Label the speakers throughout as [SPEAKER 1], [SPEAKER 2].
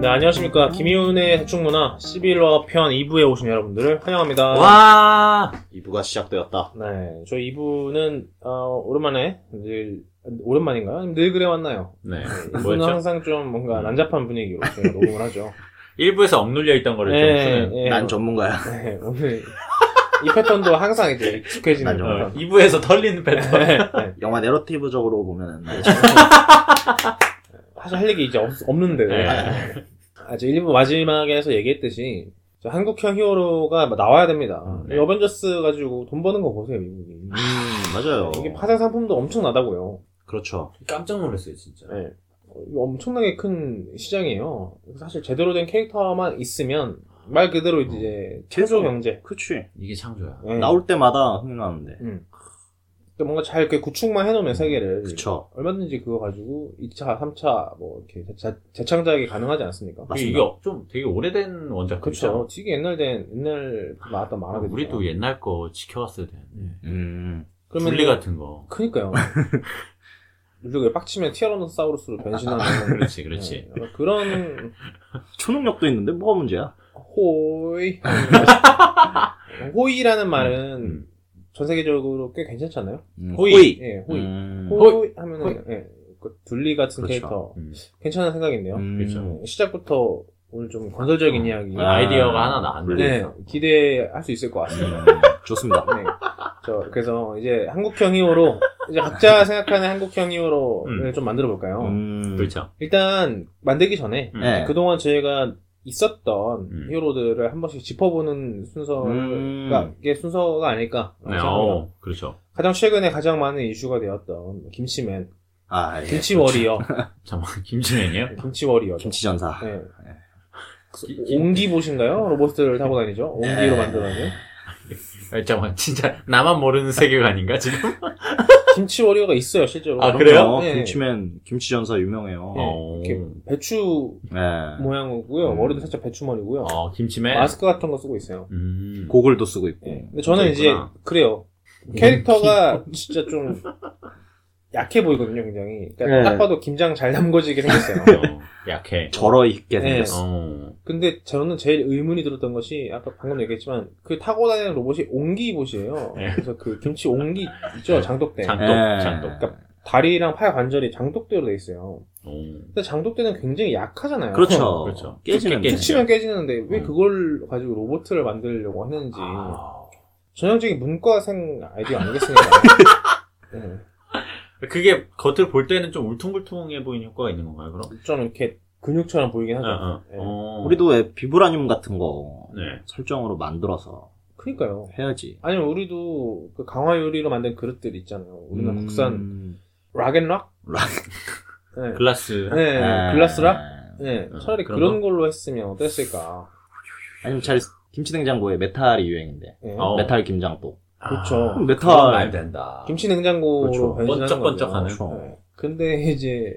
[SPEAKER 1] 네, 안녕하십니까. 김희훈의 해충문화 11화 편 2부에 오신 여러분들을 환영합니다.
[SPEAKER 2] 와 2부가 시작되었다.
[SPEAKER 1] 네, 저희 2부는, 어, 오랜만에, 늘, 오랜만인가요? 아니면 늘 그래 왔나요?
[SPEAKER 2] 네.
[SPEAKER 1] 2부는
[SPEAKER 2] 뭐였죠?
[SPEAKER 1] 항상 좀 뭔가
[SPEAKER 2] 음.
[SPEAKER 1] 난잡한 분위기로 저희가 녹음을 하죠.
[SPEAKER 2] 1부에서 억눌려 있던 거를 좀 푸는.
[SPEAKER 1] 예,
[SPEAKER 3] 난 전문가야.
[SPEAKER 1] 네, 오늘 이 패턴도 항상 이제 익숙해지는
[SPEAKER 3] 난 좀-
[SPEAKER 2] 어,
[SPEAKER 1] 패턴.
[SPEAKER 2] 2부에서 털리는 패턴.
[SPEAKER 1] 네, 네.
[SPEAKER 3] 영화 내러티브적으로 보면은 네,
[SPEAKER 1] 사실 할 얘기 이제 없, 없는데.
[SPEAKER 2] 네.
[SPEAKER 1] 아, 저 1부 마지막에서 얘기했듯이, 저 한국형 히어로가 나와야 됩니다.
[SPEAKER 2] 음,
[SPEAKER 1] 이
[SPEAKER 2] 네.
[SPEAKER 1] 어벤져스 가지고 돈 버는 거 보세요, 미국이.
[SPEAKER 3] 음, 맞아요.
[SPEAKER 2] 그렇죠.
[SPEAKER 1] 이게 파생 상품도 엄청나다고요.
[SPEAKER 3] 그렇죠.
[SPEAKER 2] 깜짝 놀랐어요, 진짜.
[SPEAKER 1] 네. 어, 이거 엄청나게 큰 시장이에요. 사실 제대로 된 캐릭터만 있으면 말 그대로
[SPEAKER 2] 어.
[SPEAKER 1] 이제 창조
[SPEAKER 2] 그렇죠.
[SPEAKER 3] 계속.
[SPEAKER 1] 경제.
[SPEAKER 3] 그치.
[SPEAKER 2] 이게 창조야.
[SPEAKER 1] 예.
[SPEAKER 3] 네. 나올 때마다 흥나는데.
[SPEAKER 1] 음. 그러니까 뭔가 잘 이렇게 구축만 해놓으면 세계를
[SPEAKER 3] 그쵸.
[SPEAKER 1] 얼마든지 그거 가지고 2차, 3차 뭐 이렇게 재- 재창작이 가능하지 않습니까?
[SPEAKER 2] 그리고 이게 좀 되게 오래된 원작이죠.
[SPEAKER 1] 그렇죠. 되게 옛날 된 옛날 그 나왔던 만화들.
[SPEAKER 2] 아, 우리도 옛날 거 지켜왔어야
[SPEAKER 1] 네.
[SPEAKER 2] 되는데.
[SPEAKER 3] 음.
[SPEAKER 2] 분리 같은 거.
[SPEAKER 1] 그니까요. 우리가 빡치면 티아노사우루스로 변신하는
[SPEAKER 2] 그렇지, 그렇지.
[SPEAKER 1] 네, 그런
[SPEAKER 3] 초능력도 있는데 뭐가 문제야?
[SPEAKER 1] 호이. 호이라는 말은
[SPEAKER 2] 음.
[SPEAKER 1] 전 세계적으로 꽤 괜찮잖아요.
[SPEAKER 3] 음,
[SPEAKER 2] 호이.
[SPEAKER 1] 예, 호이.
[SPEAKER 3] 음.
[SPEAKER 1] 호이 하면은 예, 그 둘리 같은
[SPEAKER 3] 그렇죠.
[SPEAKER 1] 캐릭터
[SPEAKER 2] 음.
[SPEAKER 1] 괜찮은 생각인데요. 예,
[SPEAKER 3] 음.
[SPEAKER 2] 그렇죠.
[SPEAKER 1] 시작부터 오늘 좀 건설적인
[SPEAKER 2] 어,
[SPEAKER 1] 이야기.
[SPEAKER 3] 아,
[SPEAKER 2] 아이디어가 하나 나왔네.
[SPEAKER 1] 네, 기대할 수 있을 것 같습니다.
[SPEAKER 3] 음, 좋습니다.
[SPEAKER 1] 네. 저 그래서 이제 한국형 히어로 이제 각자 생각하는 한국형 히어로를
[SPEAKER 2] 음.
[SPEAKER 1] 좀 만들어 볼까요?
[SPEAKER 3] 음.
[SPEAKER 2] 그렇죠.
[SPEAKER 1] 일단 만들기 전에
[SPEAKER 2] 음.
[SPEAKER 3] 네.
[SPEAKER 1] 그동안 저희가 있었던
[SPEAKER 2] 음.
[SPEAKER 1] 히어로들을 한 번씩 짚어보는 순서가
[SPEAKER 3] 음.
[SPEAKER 1] 그러니까 이게 순서가 아닐까
[SPEAKER 2] 네,
[SPEAKER 1] 생각합니다.
[SPEAKER 2] 어, 그렇죠.
[SPEAKER 1] 가장 최근에 가장 많은 이슈가 되었던 김치맨
[SPEAKER 3] 아,
[SPEAKER 1] 그-
[SPEAKER 3] 예.
[SPEAKER 1] 김치워리어
[SPEAKER 2] 잠깐만, 네, 그렇죠. 김치맨이요?
[SPEAKER 1] 네, 김치워리어
[SPEAKER 3] 김치전사.
[SPEAKER 1] 네.
[SPEAKER 2] 김- 김-
[SPEAKER 1] 그, 옹기보신가요? 로봇을 타고 다니죠? 옹기로
[SPEAKER 3] 네.
[SPEAKER 1] 만들어낸
[SPEAKER 2] 아, 잠깐만, 진짜 나만 모르는 세계관인가, 지금?
[SPEAKER 1] 김치워리어가 있어요 실제로
[SPEAKER 2] 아, 그래요?
[SPEAKER 1] 네.
[SPEAKER 3] 김치맨, 김치전사 유명해요.
[SPEAKER 1] 네. 뭐-
[SPEAKER 2] 어.
[SPEAKER 1] 이렇게 배추
[SPEAKER 3] 네.
[SPEAKER 1] 모양이고요
[SPEAKER 2] 음.
[SPEAKER 1] 머리도 살짝 배추머리고요
[SPEAKER 2] 어, 김치맨.
[SPEAKER 1] 마스크 같은 거 쓰고 있어요
[SPEAKER 2] 음.
[SPEAKER 3] 고글도 쓰고 있고.
[SPEAKER 1] 네. 근데 저는 이제
[SPEAKER 2] 있구나.
[SPEAKER 1] 그래요. 캐릭터가 진짜 좀 약해 보이거든요, 굉장히. 그러니까
[SPEAKER 3] 네.
[SPEAKER 1] 딱 봐도 김장 잘 담궈지게 생겼어요.
[SPEAKER 2] 어, 약해.
[SPEAKER 3] 절어 있게
[SPEAKER 1] 네.
[SPEAKER 3] 생겼어.
[SPEAKER 2] 어.
[SPEAKER 1] 근데 저는 제일 의문이 들었던 것이 아까 방금 얘기했지만 그 타고 다니는 로봇이 옹기봇이에요.
[SPEAKER 2] 네.
[SPEAKER 1] 그래서 그 김치 옹기 있죠, 장독대.
[SPEAKER 2] 장-
[SPEAKER 3] 예.
[SPEAKER 2] 장독,
[SPEAKER 1] 다리랑 팔 관절이 장독대로 돼 있어요.
[SPEAKER 2] 어.
[SPEAKER 1] 근데 장독대는 굉장히 약하잖아요.
[SPEAKER 3] 그렇죠.
[SPEAKER 2] 그렇죠.
[SPEAKER 3] 깨지면
[SPEAKER 2] 깨- 깨지-
[SPEAKER 1] 치면 깨지는데 왜
[SPEAKER 2] 음.
[SPEAKER 1] 그걸 가지고 로봇을 만들려고 했는지
[SPEAKER 2] 아.
[SPEAKER 1] 전형적인 문과생 아이디어 아니겠습니까? 네.
[SPEAKER 2] 그게 겉을 볼 때는 좀 울퉁불퉁해 보이는 효과가 있는 건가요, 그럼?
[SPEAKER 1] 좀 이렇게 근육처럼 보이긴 하죠. 예.
[SPEAKER 2] 어.
[SPEAKER 3] 우리도 왜 비브라늄 같은 거
[SPEAKER 2] 네.
[SPEAKER 3] 설정으로 만들어서
[SPEAKER 1] 그러니까요.
[SPEAKER 3] 해야지.
[SPEAKER 1] 아니면 우리도 그 강화 요리로 만든 그릇들 있잖아요. 우리나라
[SPEAKER 3] 음,
[SPEAKER 1] 국산 락앤락?
[SPEAKER 3] 락.
[SPEAKER 1] 네.
[SPEAKER 2] 글라스.
[SPEAKER 1] 네,
[SPEAKER 3] 아,
[SPEAKER 1] 글라스락? 네,
[SPEAKER 2] 어,
[SPEAKER 1] 차라리
[SPEAKER 2] 그런
[SPEAKER 1] 그런, 걸로 했으면 어땠을까.
[SPEAKER 3] 아니면 잘 김치냉장고에 메탈이 유행인데
[SPEAKER 1] 예.
[SPEAKER 2] 어.
[SPEAKER 3] 메탈 김장도
[SPEAKER 2] 아,
[SPEAKER 1] 그렇죠.
[SPEAKER 3] 메탈.
[SPEAKER 2] 그건 말 된다.
[SPEAKER 1] 김치 냉장고로
[SPEAKER 3] 그렇죠.
[SPEAKER 1] 변신하는
[SPEAKER 2] 번쩍번쩍하는.
[SPEAKER 1] 거죠. 네. 근데 이제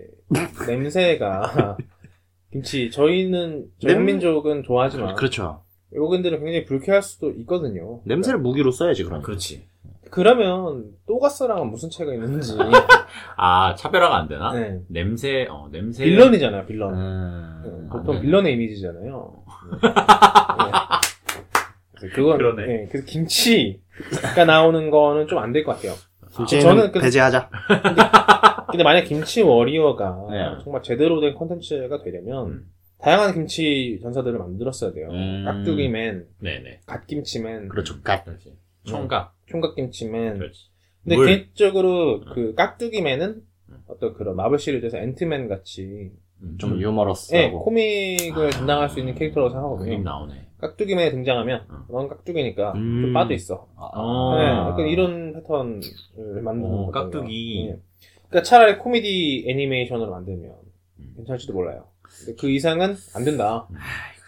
[SPEAKER 1] 냄새가 김치 저희는 저희
[SPEAKER 3] 냄-
[SPEAKER 1] 민족은 좋아하지만
[SPEAKER 3] 그렇죠
[SPEAKER 1] 외국인들은 굉장히 불쾌할 수도 있거든요. 그러니까
[SPEAKER 3] 냄새를 무기로 써야지 그럼
[SPEAKER 2] 아,
[SPEAKER 1] 그렇죠.
[SPEAKER 2] 그렇지.
[SPEAKER 1] 그러면 또가스랑은 무슨 차이가 있는지.
[SPEAKER 2] 아, 차별화가 안 되나?
[SPEAKER 1] 네.
[SPEAKER 2] 냄새, 어, 냄새.
[SPEAKER 1] 빌런이잖아요, 빌런.
[SPEAKER 3] 음...
[SPEAKER 1] 네, 보통
[SPEAKER 2] 네.
[SPEAKER 1] 빌런의 이미지잖아요. 네. 그래서 그건
[SPEAKER 2] 그러네.
[SPEAKER 1] 네, 그래서 김치가 나오는 거는 좀 안 될 것 같아요.
[SPEAKER 3] 김치는
[SPEAKER 1] 저는 그-
[SPEAKER 3] 배제하자
[SPEAKER 1] 근데 만약 김치 워리어가
[SPEAKER 3] 네.
[SPEAKER 1] 정말 제대로 된 컨텐츠가 되려면
[SPEAKER 2] 음.
[SPEAKER 1] 다양한 김치 전사들을 만들었어야 돼요.
[SPEAKER 3] 음.
[SPEAKER 1] 깍두기맨,
[SPEAKER 2] 네네. 음,
[SPEAKER 1] 갓김치맨,
[SPEAKER 3] 그렇죠 갓
[SPEAKER 2] 그렇지. 총각.
[SPEAKER 1] 총각김치맨.
[SPEAKER 2] 그렇지.
[SPEAKER 1] 음. 근데
[SPEAKER 2] 물.
[SPEAKER 1] 개인적으로
[SPEAKER 2] 음.
[SPEAKER 1] 그 깍두기맨은
[SPEAKER 2] 음.
[SPEAKER 1] 어떤 그런 마블 시리즈에서 앤트맨 같이
[SPEAKER 2] 음,
[SPEAKER 3] 좀
[SPEAKER 1] 예,
[SPEAKER 3] 유머러스하고
[SPEAKER 1] 코믹을 담당할 수 있는 캐릭터라고
[SPEAKER 2] 아. 그림
[SPEAKER 1] 생각하거든요.
[SPEAKER 2] 나오네.
[SPEAKER 1] 깍두기맨에 등장하면
[SPEAKER 2] 음.
[SPEAKER 1] 넌 깍두기니까
[SPEAKER 3] 음.
[SPEAKER 1] 좀 빠져 있어.
[SPEAKER 2] 어.
[SPEAKER 1] 네,
[SPEAKER 2] 아.
[SPEAKER 1] 약간 이런 패턴을 만드는
[SPEAKER 2] 어,
[SPEAKER 1] 거거든요.
[SPEAKER 2] 깍두기.
[SPEAKER 1] 예. 그러니까 차라리 코미디 애니메이션으로 만들면
[SPEAKER 2] 음.
[SPEAKER 1] 괜찮을지도 몰라요. 근데 그 이상은 안 된다.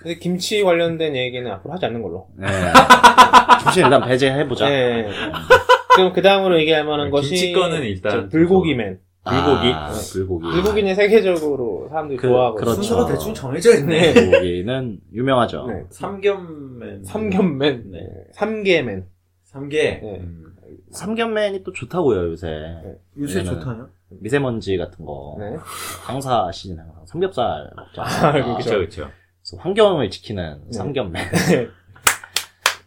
[SPEAKER 1] 근데 김치 관련된 얘기는 앞으로 하지 않는 걸로.
[SPEAKER 3] 네. 김치는 일단 배제해보자
[SPEAKER 1] 예. 그럼 그 다음으로 얘기할 만한 것이
[SPEAKER 2] 네, 김치 거는 일단
[SPEAKER 1] 저 불고기맨.
[SPEAKER 2] 불고기?
[SPEAKER 3] 아, 불고기
[SPEAKER 1] 불고기는 세계적으로 사람들이
[SPEAKER 3] 그-
[SPEAKER 1] 좋아하고
[SPEAKER 3] 그렇죠.
[SPEAKER 1] 있어요.
[SPEAKER 3] 순서가 대충
[SPEAKER 2] 정해져
[SPEAKER 1] 있네.
[SPEAKER 3] 불고기는 유명하죠
[SPEAKER 1] 네.
[SPEAKER 2] 삼겹맨.
[SPEAKER 1] 삼겹맨,
[SPEAKER 2] 네.
[SPEAKER 1] 예, 삼계맨.
[SPEAKER 2] 삼계.
[SPEAKER 1] 네.
[SPEAKER 2] 음.
[SPEAKER 3] 삼겹맨이 또 좋다고요 요새
[SPEAKER 1] 네.
[SPEAKER 3] 요새 좋다요? 미세먼지 같은 거
[SPEAKER 1] 네.
[SPEAKER 3] 항사 시즌 항상 삼겹살 먹지
[SPEAKER 1] 아, 그쵸.
[SPEAKER 3] 않습니까?
[SPEAKER 2] 그쵸, 그쵸.
[SPEAKER 3] 그래서 환경을 지키는
[SPEAKER 1] 네.
[SPEAKER 3] 삼겹맨.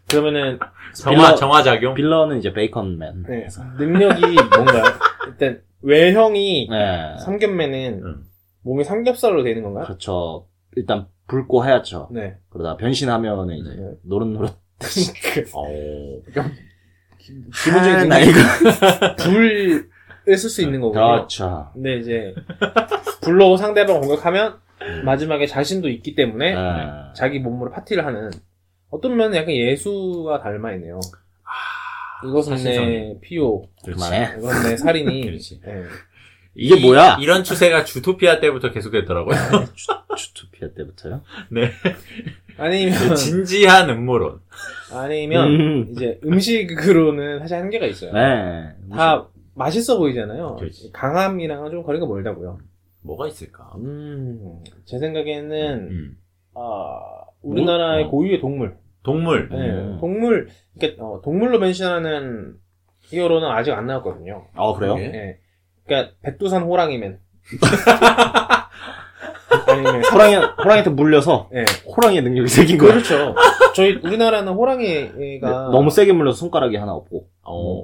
[SPEAKER 1] 그러면은
[SPEAKER 2] 정화,
[SPEAKER 3] 빌런-
[SPEAKER 2] 정화작용?
[SPEAKER 3] 빌런은 이제 베이컨맨.
[SPEAKER 1] 네, 능력이 뭔가요? 일단 외형이
[SPEAKER 2] 아.
[SPEAKER 3] 네.
[SPEAKER 1] 삼겹맨은
[SPEAKER 2] 음.
[SPEAKER 1] 몸이 삼겹살로 되는 건가요?
[SPEAKER 3] 그렇죠. 일단 붉고 하얗죠.
[SPEAKER 1] 네.
[SPEAKER 3] 그러다 변신하면은 이제
[SPEAKER 1] 네.
[SPEAKER 3] 노릇노릇.
[SPEAKER 2] 오.
[SPEAKER 1] 그 기본적인
[SPEAKER 3] 아,
[SPEAKER 1] 능력이 불을 쓸 수 있는
[SPEAKER 2] 아,
[SPEAKER 1] 거고요.
[SPEAKER 3] 그렇죠.
[SPEAKER 1] 근데 이제 불로 상대방 공격하면
[SPEAKER 2] 음.
[SPEAKER 1] 마지막에 자신도 있기 때문에
[SPEAKER 2] 아.
[SPEAKER 3] 네.
[SPEAKER 1] 자기 몸으로 파티를 하는 어떤 면은 약간 예수가 닮아 있네요. 이것은 내
[SPEAKER 2] 아, 사실상. 네.
[SPEAKER 1] 피오,
[SPEAKER 3] 그만해.
[SPEAKER 1] 이건 내 살인이.
[SPEAKER 2] 그렇지.
[SPEAKER 1] 네.
[SPEAKER 3] 이게
[SPEAKER 2] 이-
[SPEAKER 3] 뭐야?
[SPEAKER 2] 이런 추세가 주토피아 때부터 계속됐더라고요.
[SPEAKER 3] 주토피아 때부터요?
[SPEAKER 1] 아니면
[SPEAKER 2] 그 진지한 음모론.
[SPEAKER 1] 아니면
[SPEAKER 3] 음.
[SPEAKER 1] 이제 음식으로는 사실 한계가 있어요.
[SPEAKER 3] 네.
[SPEAKER 1] 다 맛있어 보이잖아요.
[SPEAKER 2] 그렇지.
[SPEAKER 1] 강함이랑은 좀 거리가 멀다고요.
[SPEAKER 2] 뭐가 있을까?
[SPEAKER 1] 음, 제 생각에는
[SPEAKER 2] 음.
[SPEAKER 1] 아, 우리나라의
[SPEAKER 3] 어.
[SPEAKER 1] 고유의 동물.
[SPEAKER 2] 동물.
[SPEAKER 1] 네,
[SPEAKER 3] 음.
[SPEAKER 1] 동물, 그러니까 어, 동물로 변신하는 히어로는 아직 안 나왔거든요.
[SPEAKER 3] 아 그래요?
[SPEAKER 2] 네.
[SPEAKER 1] 예. 그러니까 백두산 호랑이맨. 아니면
[SPEAKER 3] 호랑이 호랑이한테 물려서
[SPEAKER 1] 예.
[SPEAKER 3] 호랑이의 능력이 생긴 거예요.
[SPEAKER 1] 그렇죠. 저희 우리나라는
[SPEAKER 3] 네,
[SPEAKER 1] 호랑이가
[SPEAKER 3] 너무 세게 물려서 손가락이 하나 없고.
[SPEAKER 2] 어.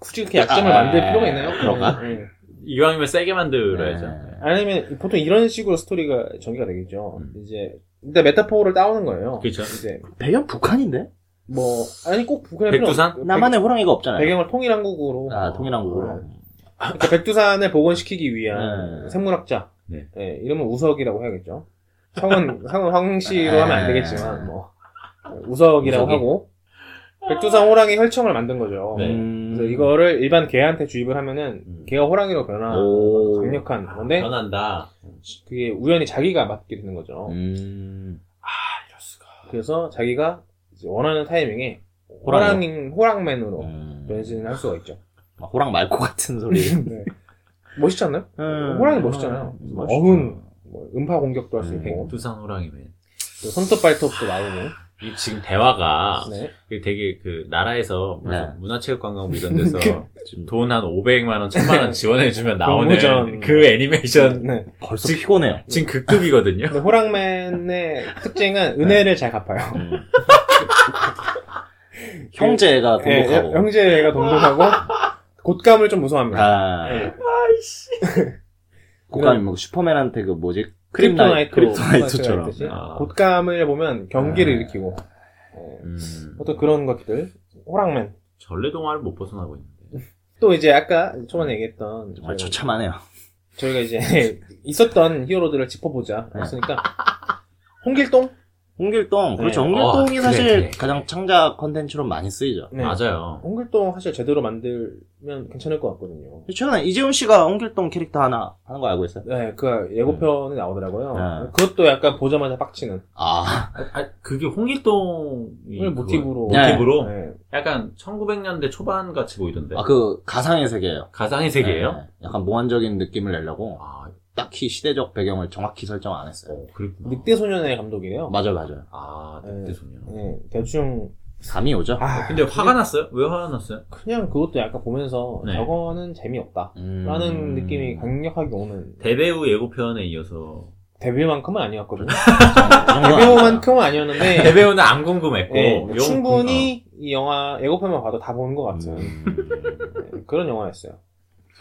[SPEAKER 1] 굳이 그렇게 약점을
[SPEAKER 3] 아,
[SPEAKER 1] 만들 필요가 있나요?
[SPEAKER 3] 그런가?
[SPEAKER 1] 예, 예.
[SPEAKER 2] 이왕이면 세게 만들어야죠.
[SPEAKER 3] 네.
[SPEAKER 1] 아니면 보통 이런 식으로 스토리가 전개가 되겠죠.
[SPEAKER 2] 음.
[SPEAKER 1] 이제 일단 메타포를 따오는 거예요.
[SPEAKER 2] 그렇죠.
[SPEAKER 1] 이제
[SPEAKER 3] 배경 북한인데?
[SPEAKER 1] 뭐 아니 꼭 북한에
[SPEAKER 2] 백두산?
[SPEAKER 1] 필요 없-
[SPEAKER 3] 나만의 호랑이가 없잖아요.
[SPEAKER 1] 배, 경을 통일한국으로
[SPEAKER 3] 네. 아 통일한국으로.
[SPEAKER 1] 그러니까 백두산을 복원시키기 위한
[SPEAKER 3] 네.
[SPEAKER 1] 생물학자.
[SPEAKER 2] 네.
[SPEAKER 1] 예, 이름은 우석이라고 해야겠죠. 성은 성은 황씨로 하면 안 되겠지만 뭐 우석이라고
[SPEAKER 3] 네. 우석이.
[SPEAKER 1] 하고 백두산 호랑이 혈청을 만든 거죠.
[SPEAKER 2] 네.
[SPEAKER 3] 음.
[SPEAKER 1] 그래서 이거를 일반 개한테 주입을 하면은
[SPEAKER 2] 음.
[SPEAKER 1] 개가 호랑이로 변하는
[SPEAKER 3] 오. 아.
[SPEAKER 1] 강력한 건데
[SPEAKER 2] 변한다.
[SPEAKER 1] 그게 우연히 자기가 맡게 되는 거죠.
[SPEAKER 3] 음.
[SPEAKER 2] 아, 이럴 수가.
[SPEAKER 1] 그래서 자기가 이제 원하는 타이밍에
[SPEAKER 3] 호랑이로.
[SPEAKER 1] 호랑이 호랑맨으로
[SPEAKER 3] 음.
[SPEAKER 1] 변신을 할 수가 있죠.
[SPEAKER 3] 막 호랑 말코 같은 소리.
[SPEAKER 1] 네. 멋있지 않나요?
[SPEAKER 3] 음.
[SPEAKER 1] 호랑이 멋있잖아요.
[SPEAKER 3] 음,
[SPEAKER 1] 뭐
[SPEAKER 3] 멋있죠.
[SPEAKER 1] 어흥. 뭐 음파 공격도 할 수
[SPEAKER 3] 음.
[SPEAKER 1] 있고
[SPEAKER 2] 백두산 호랑이맨.
[SPEAKER 1] 또 손톱 발톱도 나오고
[SPEAKER 2] 이 지금
[SPEAKER 3] 아.
[SPEAKER 2] 대화가
[SPEAKER 1] 네.
[SPEAKER 2] 그 되게 그 나라에서
[SPEAKER 3] 네.
[SPEAKER 2] 문화체육관광부 이런 데서
[SPEAKER 1] 그
[SPEAKER 3] 지금
[SPEAKER 2] 돈 한 500만 원, 1000만 원 지원해주면 나오는
[SPEAKER 1] 공모전.
[SPEAKER 2] 그 애니메이션
[SPEAKER 1] 네.
[SPEAKER 3] 벌써
[SPEAKER 2] 지-
[SPEAKER 3] 피곤해요.
[SPEAKER 2] 지금 극급이거든요.
[SPEAKER 1] 근데 호랑맨의
[SPEAKER 3] 네.
[SPEAKER 1] 특징은 은혜를 잘 갚아요.
[SPEAKER 3] 음. 형제가
[SPEAKER 1] 예,
[SPEAKER 3] 아, 공격하고.
[SPEAKER 1] 형제가 동동하고 곶감을 좀 무서워합니다.
[SPEAKER 3] 아.
[SPEAKER 1] 예.
[SPEAKER 3] 국감이 뭐 슈퍼맨한테 그 뭐지?
[SPEAKER 1] 크립토나이트,
[SPEAKER 3] 크립토나이트처럼.
[SPEAKER 1] 크립토나이트가 있듯이
[SPEAKER 2] 아.
[SPEAKER 1] 곶감을 보면 경기를
[SPEAKER 3] 아.
[SPEAKER 1] 일으키고 예,
[SPEAKER 2] 음,
[SPEAKER 1] 어떤 그런 것들 호랑맨
[SPEAKER 2] 전래 동화를 못 벗어나고 있는데.
[SPEAKER 1] 또 이제 아까 초반에 얘기했던 저희가
[SPEAKER 3] 정말 처참하네요.
[SPEAKER 1] 저희가 이제 있었던 히어로들을 짚어보자
[SPEAKER 3] 네.
[SPEAKER 1] 했으니까 홍길동
[SPEAKER 3] 홍길동 그렇죠.
[SPEAKER 1] 네.
[SPEAKER 2] 어, 그래,
[SPEAKER 3] 홍길동이 사실
[SPEAKER 2] 그래.
[SPEAKER 3] 가장 창작 컨텐츠로 많이 쓰이죠.
[SPEAKER 1] 네.
[SPEAKER 2] 맞아요.
[SPEAKER 1] 홍길동 사실 제대로 만들면 괜찮을 것 같거든요.
[SPEAKER 3] 최근에 이재훈 씨가 홍길동 캐릭터 하나 하는 거 알고 있어요?
[SPEAKER 1] 네, 그 예고편이 나오더라고요.
[SPEAKER 3] 네.
[SPEAKER 1] 그것도 약간 보자마자 빡치는
[SPEAKER 3] 아,
[SPEAKER 2] 아, 아, 그게 홍길동이
[SPEAKER 1] 그걸 모티브로
[SPEAKER 2] 그거- 모티브로
[SPEAKER 1] 네.
[SPEAKER 2] 약간 1900년대 초반 같이 보이던데.
[SPEAKER 3] 아, 그 가상의 세계예요.
[SPEAKER 2] 가상의 세계예요?
[SPEAKER 3] 네, 약간 몽환적인 느낌을 내려고
[SPEAKER 2] 아,
[SPEAKER 3] 딱히 시대적 배경을 정확히 설정 안 했어요.
[SPEAKER 2] 어, 그랬구나.
[SPEAKER 1] 늑대 소년의 감독이래요.
[SPEAKER 3] 맞아요, 맞아요.
[SPEAKER 2] 아, 늑대 소녀.
[SPEAKER 1] 네, 대충
[SPEAKER 3] 감이 오죠.
[SPEAKER 1] 아
[SPEAKER 2] 근데 화가 났어요? 왜 화가 났어요?
[SPEAKER 1] 그냥 그것도 약간 보면서
[SPEAKER 2] 네.
[SPEAKER 1] 저거는 재미없다.
[SPEAKER 3] 음.
[SPEAKER 1] 라는 느낌이 강력하게 오는
[SPEAKER 2] 대배우 예고편에 이어서
[SPEAKER 1] 데뷔만큼은 아니었거든요.
[SPEAKER 3] 이 정도는 아니에요.
[SPEAKER 1] 데뷔만큼은 아니었는데
[SPEAKER 2] 대배우는 안 궁금했고
[SPEAKER 1] 예,
[SPEAKER 2] 어, 영-
[SPEAKER 1] 충분히 이 영화 예고편만 봐도 다 본 것 같은
[SPEAKER 3] 음.
[SPEAKER 1] 네, 그런 영화였어요.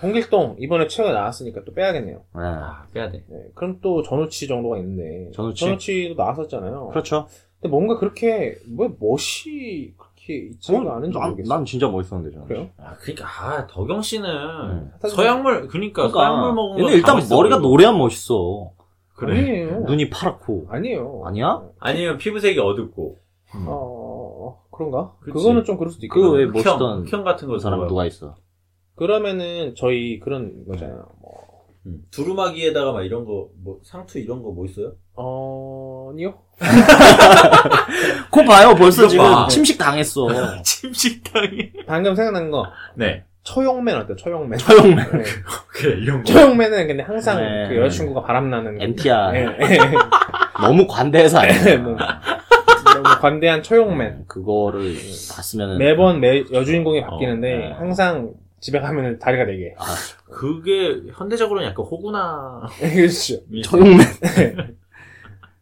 [SPEAKER 1] 홍길동 이번에 최근에 나왔으니까 또 빼야겠네요.
[SPEAKER 2] 어.
[SPEAKER 3] 네.
[SPEAKER 2] 아, 빼야 돼.
[SPEAKER 1] 네, 그럼 또 전우치 정도가 있는데
[SPEAKER 3] 전우치?
[SPEAKER 1] 도 나왔었잖아요.
[SPEAKER 3] 그렇죠.
[SPEAKER 1] 근데 뭔가 그렇게 왜 멋이 그렇게 있지가
[SPEAKER 3] 뭐,
[SPEAKER 1] 않은지
[SPEAKER 3] 난,
[SPEAKER 1] 모르겠어요.
[SPEAKER 3] 난 진짜 멋있었는데 저는.
[SPEAKER 1] 그래요?
[SPEAKER 2] 아, 그러니까 아, 덕영 씨는
[SPEAKER 1] 사실-
[SPEAKER 2] 서양물 그러니까, 서양물 먹은 거
[SPEAKER 3] 근데 일단 머리가 노래야 멋있어.
[SPEAKER 2] 그래.
[SPEAKER 1] 아니에요.
[SPEAKER 3] 눈이 파랗고.
[SPEAKER 1] 네. 아니에요.
[SPEAKER 3] 아니야?
[SPEAKER 2] 아니면 피부색이 어둡고
[SPEAKER 3] 음.
[SPEAKER 1] 어, 어, 그런가?
[SPEAKER 2] 그치.
[SPEAKER 1] 그거는좀 그럴 수도 있고.
[SPEAKER 3] 그거 왜
[SPEAKER 1] 그
[SPEAKER 3] 멋있던
[SPEAKER 2] 흑형, 흑형 같은 거
[SPEAKER 3] 그 사람
[SPEAKER 2] 좋아요.
[SPEAKER 3] 누가 있어?
[SPEAKER 1] 그러면은 저희 그런 거잖아요. 뭐,
[SPEAKER 2] 음. 두루마기에다가 막 이런 거 뭐 상투 이런 거 뭐 있어요?
[SPEAKER 1] 어, 아니요.
[SPEAKER 3] 코 봐요 벌써
[SPEAKER 2] 이거
[SPEAKER 3] 지금
[SPEAKER 2] 봐.
[SPEAKER 3] 침식 당했어.
[SPEAKER 2] 침식당에
[SPEAKER 1] 방금 생각난 거
[SPEAKER 2] 네
[SPEAKER 1] 처용맨 어때? 처용맨.
[SPEAKER 3] 처형맨.
[SPEAKER 1] 네.
[SPEAKER 2] 그래 이런 거
[SPEAKER 1] 처용맨은 근데 항상
[SPEAKER 3] 네.
[SPEAKER 1] 그 여자친구가 바람나는.
[SPEAKER 3] MTR.
[SPEAKER 1] 예, 예.
[SPEAKER 3] 너무 관대해서 안 돼.
[SPEAKER 1] 뭐, 너무 관대한 처용맨.
[SPEAKER 3] 음, 그거를 봤으면
[SPEAKER 1] 매번 매 여주인공이 바뀌는데
[SPEAKER 3] 어, 네. 아.
[SPEAKER 1] 항상 집에 가면 다리가 네 개.
[SPEAKER 2] 그게 현대적으로는 약간 호구나.
[SPEAKER 1] 그렇죠.
[SPEAKER 3] 처용맨.
[SPEAKER 1] 네.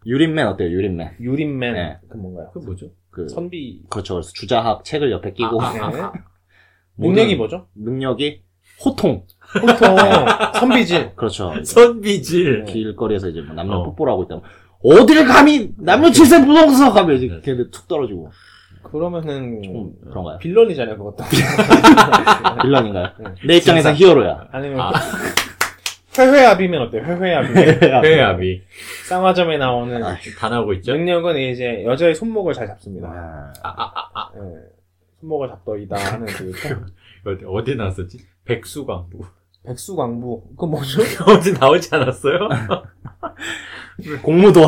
[SPEAKER 3] 유린맨 어때요, 유린맨?
[SPEAKER 1] 유린맨
[SPEAKER 3] 네.
[SPEAKER 1] 그 뭔가요?
[SPEAKER 2] 그 뭐죠?
[SPEAKER 3] 그,
[SPEAKER 1] 선비
[SPEAKER 3] 그렇죠. 그래서 주자학 책을 옆에 끼고.
[SPEAKER 2] 아, 아.
[SPEAKER 1] 네.
[SPEAKER 3] 모든
[SPEAKER 1] 능력이 뭐죠?
[SPEAKER 3] 능력이 호통.
[SPEAKER 1] 보통 선비질.
[SPEAKER 3] 그렇죠.
[SPEAKER 2] 선비질.
[SPEAKER 1] 네.
[SPEAKER 3] 길거리에서 이제 뭐 남녀
[SPEAKER 2] 어.
[SPEAKER 3] 폭포를 하고 있다면 어디를 감히 남녀 질세 무너서 가면 이제 네. 걔네 음, 네. 툭 떨어지고
[SPEAKER 1] 그러면은
[SPEAKER 3] 좀 그런가요?
[SPEAKER 1] 빌런이잖아요 그것도.
[SPEAKER 3] 빌런인가요?
[SPEAKER 1] 네.
[SPEAKER 3] 내 입장에선 히어로야.
[SPEAKER 1] 아니면
[SPEAKER 2] 아.
[SPEAKER 1] 회회아비면 어때요? 회회아비.
[SPEAKER 2] 회야비.
[SPEAKER 1] 쌍화점에 나오는
[SPEAKER 3] 네. 아.
[SPEAKER 2] 다 나오고 네, 있죠?
[SPEAKER 1] 능력은 이제 여자의 손목을 잘 잡습니다.
[SPEAKER 3] 아,
[SPEAKER 1] 예. 손목을 잡더이다 하는 그
[SPEAKER 2] 어디, 어디 나왔었지? 백수광부.
[SPEAKER 1] 백수광부. 그건 뭐죠?
[SPEAKER 2] 어디 나오지 않았어요?
[SPEAKER 3] 공무도.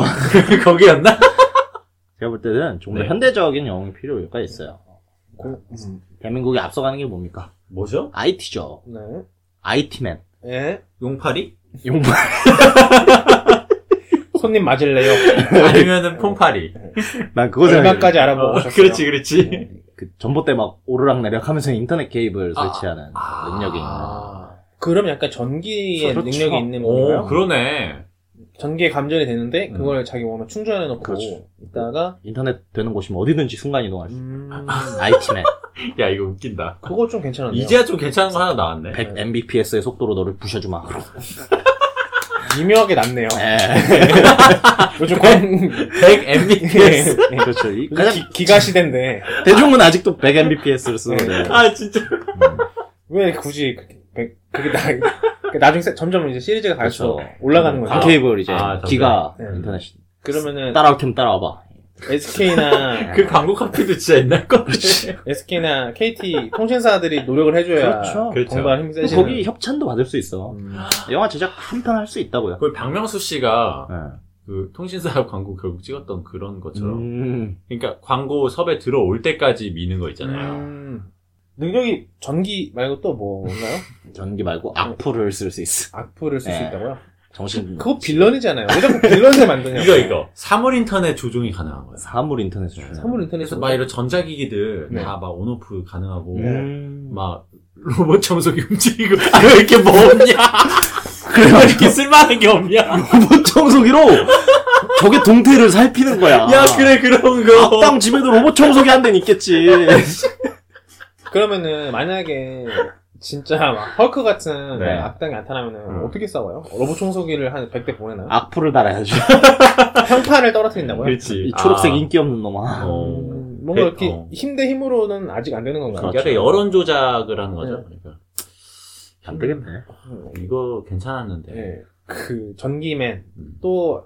[SPEAKER 2] 거기였나?
[SPEAKER 3] 제가 볼 때는 좀더
[SPEAKER 2] 네.
[SPEAKER 3] 현대적인 영웅이 필요가 있어요.
[SPEAKER 1] 고, 음.
[SPEAKER 3] 대한민국이 앞서가는 게 뭡니까?
[SPEAKER 2] 뭐죠?
[SPEAKER 3] IT죠.
[SPEAKER 1] 네.
[SPEAKER 3] IT맨.
[SPEAKER 1] 예.
[SPEAKER 2] 용팔이?
[SPEAKER 3] 용발.
[SPEAKER 1] 손님 맞을래요?
[SPEAKER 2] 아니면은 폼팔이?
[SPEAKER 3] 난 그거 생각해.
[SPEAKER 1] 얼마까지 어, 알아보고
[SPEAKER 2] 어,
[SPEAKER 1] 오셨어요? 네.
[SPEAKER 2] 그렇지, 그렇지.
[SPEAKER 3] 그 전봇대 막 오르락 내리락 하면서 인터넷 케이블
[SPEAKER 2] 아,
[SPEAKER 3] 설치하는
[SPEAKER 2] 아.
[SPEAKER 3] 능력이 있는.
[SPEAKER 1] 아, 그럼 약간 전기의
[SPEAKER 3] 그렇죠.
[SPEAKER 1] 능력이 있는 건가요?
[SPEAKER 2] 오, 그러네.
[SPEAKER 1] 전기에 감전이 되는데
[SPEAKER 2] 음.
[SPEAKER 1] 그걸 자기 몸에 충전해 놓고
[SPEAKER 3] 그렇죠.
[SPEAKER 1] 있다가
[SPEAKER 3] 인터넷 되는 곳이면 어디든지 순간 이동할 수 있는
[SPEAKER 1] 음,
[SPEAKER 3] IT맨.
[SPEAKER 2] 야, 이거 웃긴다.
[SPEAKER 1] 그거 좀 괜찮은데요?
[SPEAKER 2] 이제야 좀 괜찮은 거 하나 나왔네.
[SPEAKER 3] 100 mbps의 속도로 너를 부셔주마.
[SPEAKER 1] 미묘하게 낫네요.
[SPEAKER 3] 예.
[SPEAKER 1] 요즘 관...
[SPEAKER 2] 100 mbps.
[SPEAKER 3] 그렇죠. 이 가장
[SPEAKER 1] 기, 기가 시대인데
[SPEAKER 3] 대중은 아직도 100 mbps를 쓰는데. 그렇죠.
[SPEAKER 2] 아, 진짜.
[SPEAKER 1] 왜 굳이 그렇게 백- 그게 나 그러니까 나중에 세- 점점 이제 시리즈가 갈수록
[SPEAKER 3] 그렇죠.
[SPEAKER 1] 올라가는 거죠.
[SPEAKER 2] 아,
[SPEAKER 3] 케이블 이제
[SPEAKER 2] 아, 잠깐.
[SPEAKER 3] 기가
[SPEAKER 1] 네.
[SPEAKER 3] 인터넷
[SPEAKER 1] 그러면은
[SPEAKER 3] 따라올 테면 따라와봐.
[SPEAKER 1] SK나
[SPEAKER 2] 그 광고 카피도 진짜 옛날 건데.
[SPEAKER 1] SK나 KT 통신사들이 노력을 해줘야
[SPEAKER 3] 그렇죠.
[SPEAKER 2] 그렇죠.
[SPEAKER 1] 정말 힘이 세지는
[SPEAKER 3] 거기 협찬도 받을 수 있어.
[SPEAKER 1] 네, 음.
[SPEAKER 3] 영화 제작 한편 할 수 있다고요.
[SPEAKER 2] 그 박명수 씨가
[SPEAKER 3] 네.
[SPEAKER 2] 그 통신사 광고 결국 찍었던 그런 것처럼.
[SPEAKER 3] 음,
[SPEAKER 2] 그러니까 광고 섭외 들어올 때까지 미는 거 있잖아요.
[SPEAKER 1] 음. 능력이 전기 말고 또 뭐가요?
[SPEAKER 3] 전기 말고 악플을 쓸 수 있어.
[SPEAKER 1] 악플을 쓸 수
[SPEAKER 3] 네.
[SPEAKER 1] 있다고요?
[SPEAKER 3] 정신.
[SPEAKER 1] 그거 빌런이잖아요. 왜 자꾸 빌런을 만드냐?
[SPEAKER 2] 이거 이거 사물 인터넷 조종이 가능한 거예요.
[SPEAKER 3] 그 사물 인터넷을 주는.
[SPEAKER 1] 사물 인터넷에서
[SPEAKER 2] 그래서 막 이런 전자기기들
[SPEAKER 1] 음. 네.
[SPEAKER 2] 다 막 온오프 가능하고
[SPEAKER 3] 음.
[SPEAKER 2] 막 로봇 청소기 움직이고 아, 왜 이렇게 뭐 없냐? 왜 이렇게 쓸만한 게 없냐?
[SPEAKER 3] 로봇 청소기로 적의 동태를 살피는 거야.
[SPEAKER 1] 아.
[SPEAKER 2] 야 그래 그런 거.
[SPEAKER 3] 앞방 집에도 로봇 청소기 한 대는 있겠지.
[SPEAKER 1] 그러면은 만약에 진짜 막 헐크 같은
[SPEAKER 2] 네.
[SPEAKER 1] 악당이 나타나면은
[SPEAKER 2] 음.
[SPEAKER 1] 어떻게 싸워요? 로봇 청소기를 한 100대 보내나요?
[SPEAKER 3] 악플을 달아야죠.
[SPEAKER 1] 평판을 떨어뜨린다고요?
[SPEAKER 2] 그렇지.
[SPEAKER 3] 이 초록색
[SPEAKER 2] 아,
[SPEAKER 3] 인기 없는 놈아.
[SPEAKER 2] 어.
[SPEAKER 1] 음, 뭔가
[SPEAKER 2] 그-
[SPEAKER 1] 이렇게
[SPEAKER 2] 어.
[SPEAKER 1] 힘 대 힘으로는 아직 안 되는 건가요?
[SPEAKER 2] 그러니까 여론 조작을 하는 거죠.
[SPEAKER 1] 네.
[SPEAKER 2] 그러니까
[SPEAKER 3] 안 되겠네.
[SPEAKER 1] 음,
[SPEAKER 2] 이거 괜찮았는데.
[SPEAKER 1] 예. 그 전기맨
[SPEAKER 2] 음.
[SPEAKER 1] 또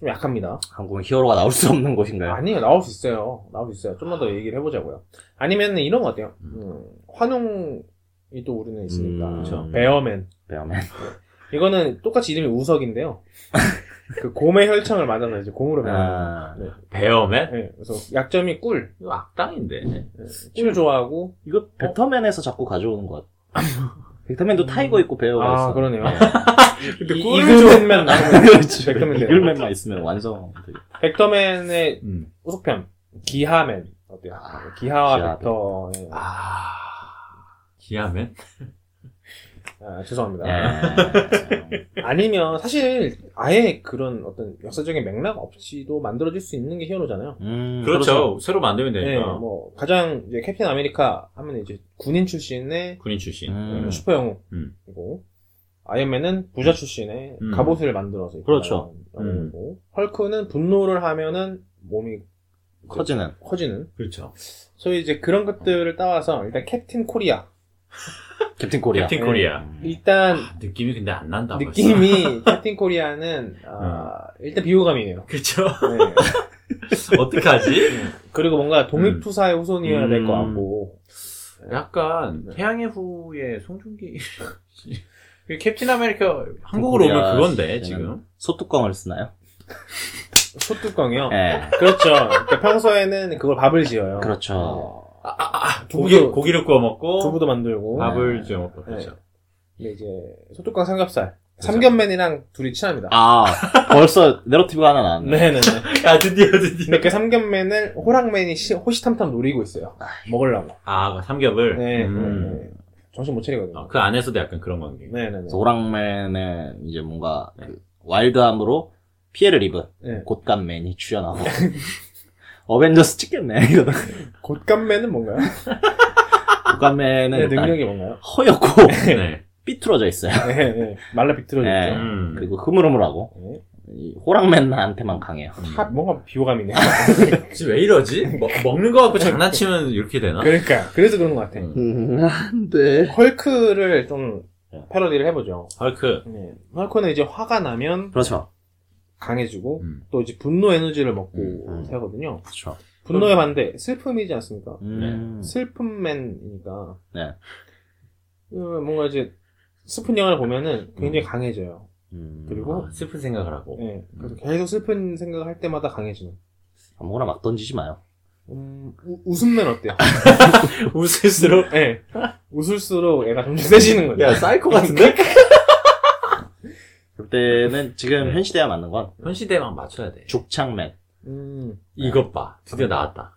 [SPEAKER 1] 좀 약합니다.
[SPEAKER 3] 한국은 히어로가 나올 수 없는
[SPEAKER 2] 네.
[SPEAKER 3] 곳인가요?
[SPEAKER 1] 아니요 나올 수 있어요. 나올 수 있어요. 좀만 더 얘기를 해보자고요. 아니면 이런 거 어때요? 음, 환웅이 또 우리는 있으니까
[SPEAKER 3] 음,
[SPEAKER 2] 그렇죠.
[SPEAKER 1] 베어맨
[SPEAKER 3] 배어맨.
[SPEAKER 1] 이거는 똑같이 이름이 우석인데요. 그 곰의 혈청을 맞아서 이제 곰으로 변하는.
[SPEAKER 3] 아,
[SPEAKER 2] 베어맨?
[SPEAKER 1] 예, 그래서 약점이 꿀.
[SPEAKER 2] 이거 악당인데.
[SPEAKER 1] 꿀 좋아하고.
[SPEAKER 3] 이거 벡터맨에서 자꾸 가져오는 것 같아. 벡터맨도 타이거 있고 배어가 있어.
[SPEAKER 1] 아, 그러네요.
[SPEAKER 2] 근데
[SPEAKER 1] 이- 그렇죠.
[SPEAKER 2] 꿀을
[SPEAKER 1] 이글맨 나오고.
[SPEAKER 3] 그렇지.
[SPEAKER 1] 벡터맨 돼요.
[SPEAKER 3] 이글맨만 있으면 완성. 되게.
[SPEAKER 1] 벡터맨의
[SPEAKER 2] 음.
[SPEAKER 1] 후속편. 기하맨. 어때요?
[SPEAKER 3] 아,
[SPEAKER 1] 기하와
[SPEAKER 3] 기하.
[SPEAKER 1] 벡터의. 아,
[SPEAKER 2] 아. 기아맨?
[SPEAKER 1] 아, 죄송합니다.
[SPEAKER 3] 예.
[SPEAKER 1] 아니면, 사실, 아예 그런 어떤 역사적인 맥락 없이도 만들어질 수 있는 게 히어로잖아요.
[SPEAKER 3] 음,
[SPEAKER 2] 그렇죠. 새로 만들면
[SPEAKER 1] 네,
[SPEAKER 2] 되니까.
[SPEAKER 1] 뭐, 가장, 이제, 캡틴 아메리카 하면 이제, 군인 출신의
[SPEAKER 2] 군인 출신.
[SPEAKER 3] 음.
[SPEAKER 1] 슈퍼
[SPEAKER 2] 음.
[SPEAKER 1] 영웅이고 아이언맨은 부자 출신의
[SPEAKER 2] 음.
[SPEAKER 1] 갑옷을 만들어서 입고
[SPEAKER 3] 그렇죠.
[SPEAKER 1] 나온 영웅이고 헐크는 분노를 하면은 몸이
[SPEAKER 3] 그렇죠. 커지는.
[SPEAKER 1] 커지는
[SPEAKER 2] 그렇죠.
[SPEAKER 1] 소위 이제 그런 것들을 따와서 일단 캡틴 코리아
[SPEAKER 3] 캡틴 코리아.
[SPEAKER 2] 캡틴 코리아.
[SPEAKER 3] 음.
[SPEAKER 1] 일단
[SPEAKER 2] 아, 느낌이 근데 안 난다.
[SPEAKER 1] 느낌이 캡틴 코리아는 아, 일단 비호감이네요.
[SPEAKER 2] 그렇죠.
[SPEAKER 1] 네.
[SPEAKER 2] 어떡하지?
[SPEAKER 1] 그리고 뭔가 독립투사의 후손이어야 될 것 같고
[SPEAKER 2] 약간
[SPEAKER 1] 네.
[SPEAKER 2] 태양의 후예 송중기 씨. 그 캡틴 아메리카 네. 한국으로
[SPEAKER 3] 코리아
[SPEAKER 2] 오면 그건데
[SPEAKER 3] 씨는-
[SPEAKER 2] 지금.
[SPEAKER 3] 소뚜껑을 쓰나요?
[SPEAKER 1] 소뚜껑이요.
[SPEAKER 3] 예.
[SPEAKER 1] 그렇죠. 그러니까 평소에는 그걸 밥을 지어요.
[SPEAKER 3] 그렇죠.
[SPEAKER 1] 어,
[SPEAKER 2] 아, 고기
[SPEAKER 1] 두부도
[SPEAKER 2] 고기를 구워 먹고
[SPEAKER 1] 두부도 만들고
[SPEAKER 2] 밥을 좀 먹고 그렇죠.
[SPEAKER 1] 근데 예, 이제 소뚜껑 삼겹살 삼겹맨이랑 둘이 친합니다.
[SPEAKER 3] 아, 벌써 내러티브가 하나 나왔네.
[SPEAKER 1] 네네네.
[SPEAKER 2] 야 아, 드디어 드디어.
[SPEAKER 1] 근데 그 삼겹맨을 호랑맨이 시- 호시탐탐 노리고 있어요. 먹으려고.
[SPEAKER 2] 아 삼겹을.
[SPEAKER 1] 네.
[SPEAKER 2] 음.
[SPEAKER 1] 네. 정신 못 차리거든요.
[SPEAKER 2] 어, 그 안에서도 약간 그런 관계.
[SPEAKER 1] 네네네.
[SPEAKER 3] 그래서 호랑맨의 이제 뭔가 그 와일드함으로 피해를 입은
[SPEAKER 1] 네.
[SPEAKER 3] 곶감맨이 출연하고 어벤져스 찍겠네 이러다가
[SPEAKER 1] 곶감맨은 뭔가요?
[SPEAKER 3] 곶감맨은
[SPEAKER 1] 네,
[SPEAKER 3] 일단
[SPEAKER 1] 능력이 뭔가요?
[SPEAKER 3] 허옇고
[SPEAKER 2] 네.
[SPEAKER 3] 삐뚤어져 있어요
[SPEAKER 1] 네, 네. 말라
[SPEAKER 3] 네.
[SPEAKER 1] 비틀어져 있죠.
[SPEAKER 2] 음.
[SPEAKER 3] 그리고 흐물흐물하고
[SPEAKER 1] 네.
[SPEAKER 3] 이 호랑맨한테만 강해요
[SPEAKER 2] 음.
[SPEAKER 1] 다 뭔가 비호감이네.
[SPEAKER 2] 지금 왜 이러지? 뭐, 먹, 먹는 거 갖고 장난치면 이렇게 되나?
[SPEAKER 1] 그러니까 그래서 그런 것 같아.
[SPEAKER 2] 음.
[SPEAKER 3] 안돼
[SPEAKER 1] 헐크를 좀
[SPEAKER 3] 네.
[SPEAKER 1] 패러디를 해보죠.
[SPEAKER 2] 헐크.
[SPEAKER 1] 네. 헐크는 이제 화가 나면
[SPEAKER 3] 그렇죠
[SPEAKER 1] 강해지고
[SPEAKER 2] 음.
[SPEAKER 1] 또 이제 분노 에너지를
[SPEAKER 3] 음,
[SPEAKER 1] 먹고
[SPEAKER 3] 음.
[SPEAKER 1] 살거든요.
[SPEAKER 3] 그렇죠
[SPEAKER 1] 분노의 반대 슬픔이지 않습니까?
[SPEAKER 3] 음.
[SPEAKER 1] 네. 슬픔맨이니까.
[SPEAKER 3] 네.
[SPEAKER 1] 그 뭔가 이제 슬픈 영화를 보면은 굉장히 강해져요.
[SPEAKER 3] 음.
[SPEAKER 1] 그리고
[SPEAKER 2] 아, 슬픈 생각을 하고.
[SPEAKER 1] 예. 그래서 계속 슬픈 생각을 할 때마다 강해지는.
[SPEAKER 3] 아무거나 막 던지지 마요
[SPEAKER 1] 음, 우- 웃음맨 어때요?
[SPEAKER 2] 웃을수록.
[SPEAKER 1] 예. 웃을수록 애가 점점 세지는 거죠.
[SPEAKER 2] 야, 사이코 같은데?
[SPEAKER 3] 그때는 지금
[SPEAKER 2] 네.
[SPEAKER 3] 현 시대와 맞는 건
[SPEAKER 2] 현 시대만 맞춰야 돼.
[SPEAKER 3] 죽창맨
[SPEAKER 1] 음.
[SPEAKER 2] 이것 봐. 드디어 나왔다.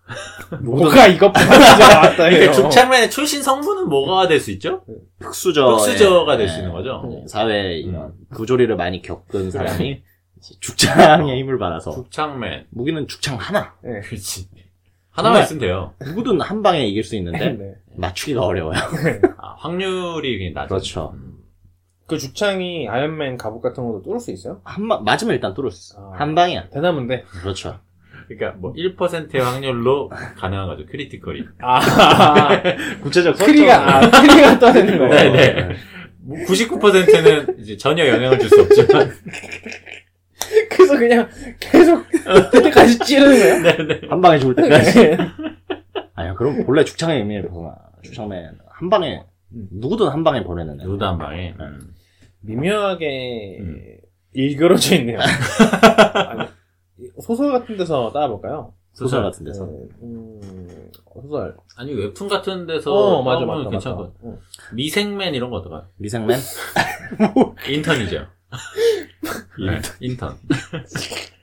[SPEAKER 1] 뭐가 이것보다 진짜 나왔다.
[SPEAKER 2] 이게
[SPEAKER 1] 이게
[SPEAKER 2] 죽창맨의 출신 성분은 뭐가 될 수 있죠?
[SPEAKER 3] 흑수저
[SPEAKER 2] 흑수저가 될 수 있는 거죠.
[SPEAKER 3] 음. 네, 사회 이런
[SPEAKER 1] 음.
[SPEAKER 3] 부조리를 많이
[SPEAKER 1] 네.
[SPEAKER 3] 겪은 사람이 이제
[SPEAKER 1] 어.
[SPEAKER 3] 죽창의 힘을 받아서
[SPEAKER 2] 죽창맨.
[SPEAKER 3] 무기는 죽창 하나
[SPEAKER 2] 그렇지. 하나만
[SPEAKER 3] 정말.
[SPEAKER 2] 있으면 돼요.
[SPEAKER 3] 누구든 한 방에 이길 수
[SPEAKER 1] 네.
[SPEAKER 3] 있는데
[SPEAKER 1] 네.
[SPEAKER 3] 맞추기가 어려워요.
[SPEAKER 2] 아, 확률이 음. 그냥 낮아.
[SPEAKER 3] 그렇죠.
[SPEAKER 1] 그 죽창이 아이언맨 갑옷 같은 것도 뚫을 수 있어요?
[SPEAKER 3] 한 방 맞으면 일단 뚫을 수 있어.
[SPEAKER 1] 아.
[SPEAKER 3] 한 방이야.
[SPEAKER 1] 대나무인데.
[SPEAKER 3] 그렇죠.
[SPEAKER 2] 그러니까 뭐 1%의 확률로 가능한 거죠. 크리티컬이.
[SPEAKER 1] 아,
[SPEAKER 3] 구체적
[SPEAKER 1] 크리가, 아, 크리가 떠내는 거예요.
[SPEAKER 2] 네, 네. 99%는 이제 전혀 영향을 줄 수 없지만.
[SPEAKER 1] 그래서 그냥 계속 그때까지 찌르는 거예요?
[SPEAKER 3] 한 방에 죽을 때까지.
[SPEAKER 1] 네.
[SPEAKER 3] 아니요. 그럼 원래 죽창의 의미를 보면 죽창맨 한 방에
[SPEAKER 1] 음.
[SPEAKER 3] 누구든 한 방에 보내는 애.
[SPEAKER 2] 누구도 한 방에.
[SPEAKER 1] 미묘하게
[SPEAKER 2] 음.
[SPEAKER 1] 일그러져 있네요. 아니, 소설 같은 데서 따라볼까요?
[SPEAKER 3] 소설 같은 데서.
[SPEAKER 1] 네. 음, 소설.
[SPEAKER 2] 아니, 웹툰 같은 데서.
[SPEAKER 1] 어, 맞아, 맞아.
[SPEAKER 2] 따보면
[SPEAKER 1] 맞아.
[SPEAKER 2] 괜찮을 것 같아.
[SPEAKER 1] 응.
[SPEAKER 2] 미생맨 이런 거 어떨까요?
[SPEAKER 3] 미생맨?
[SPEAKER 2] 인턴이죠. 네, 인턴.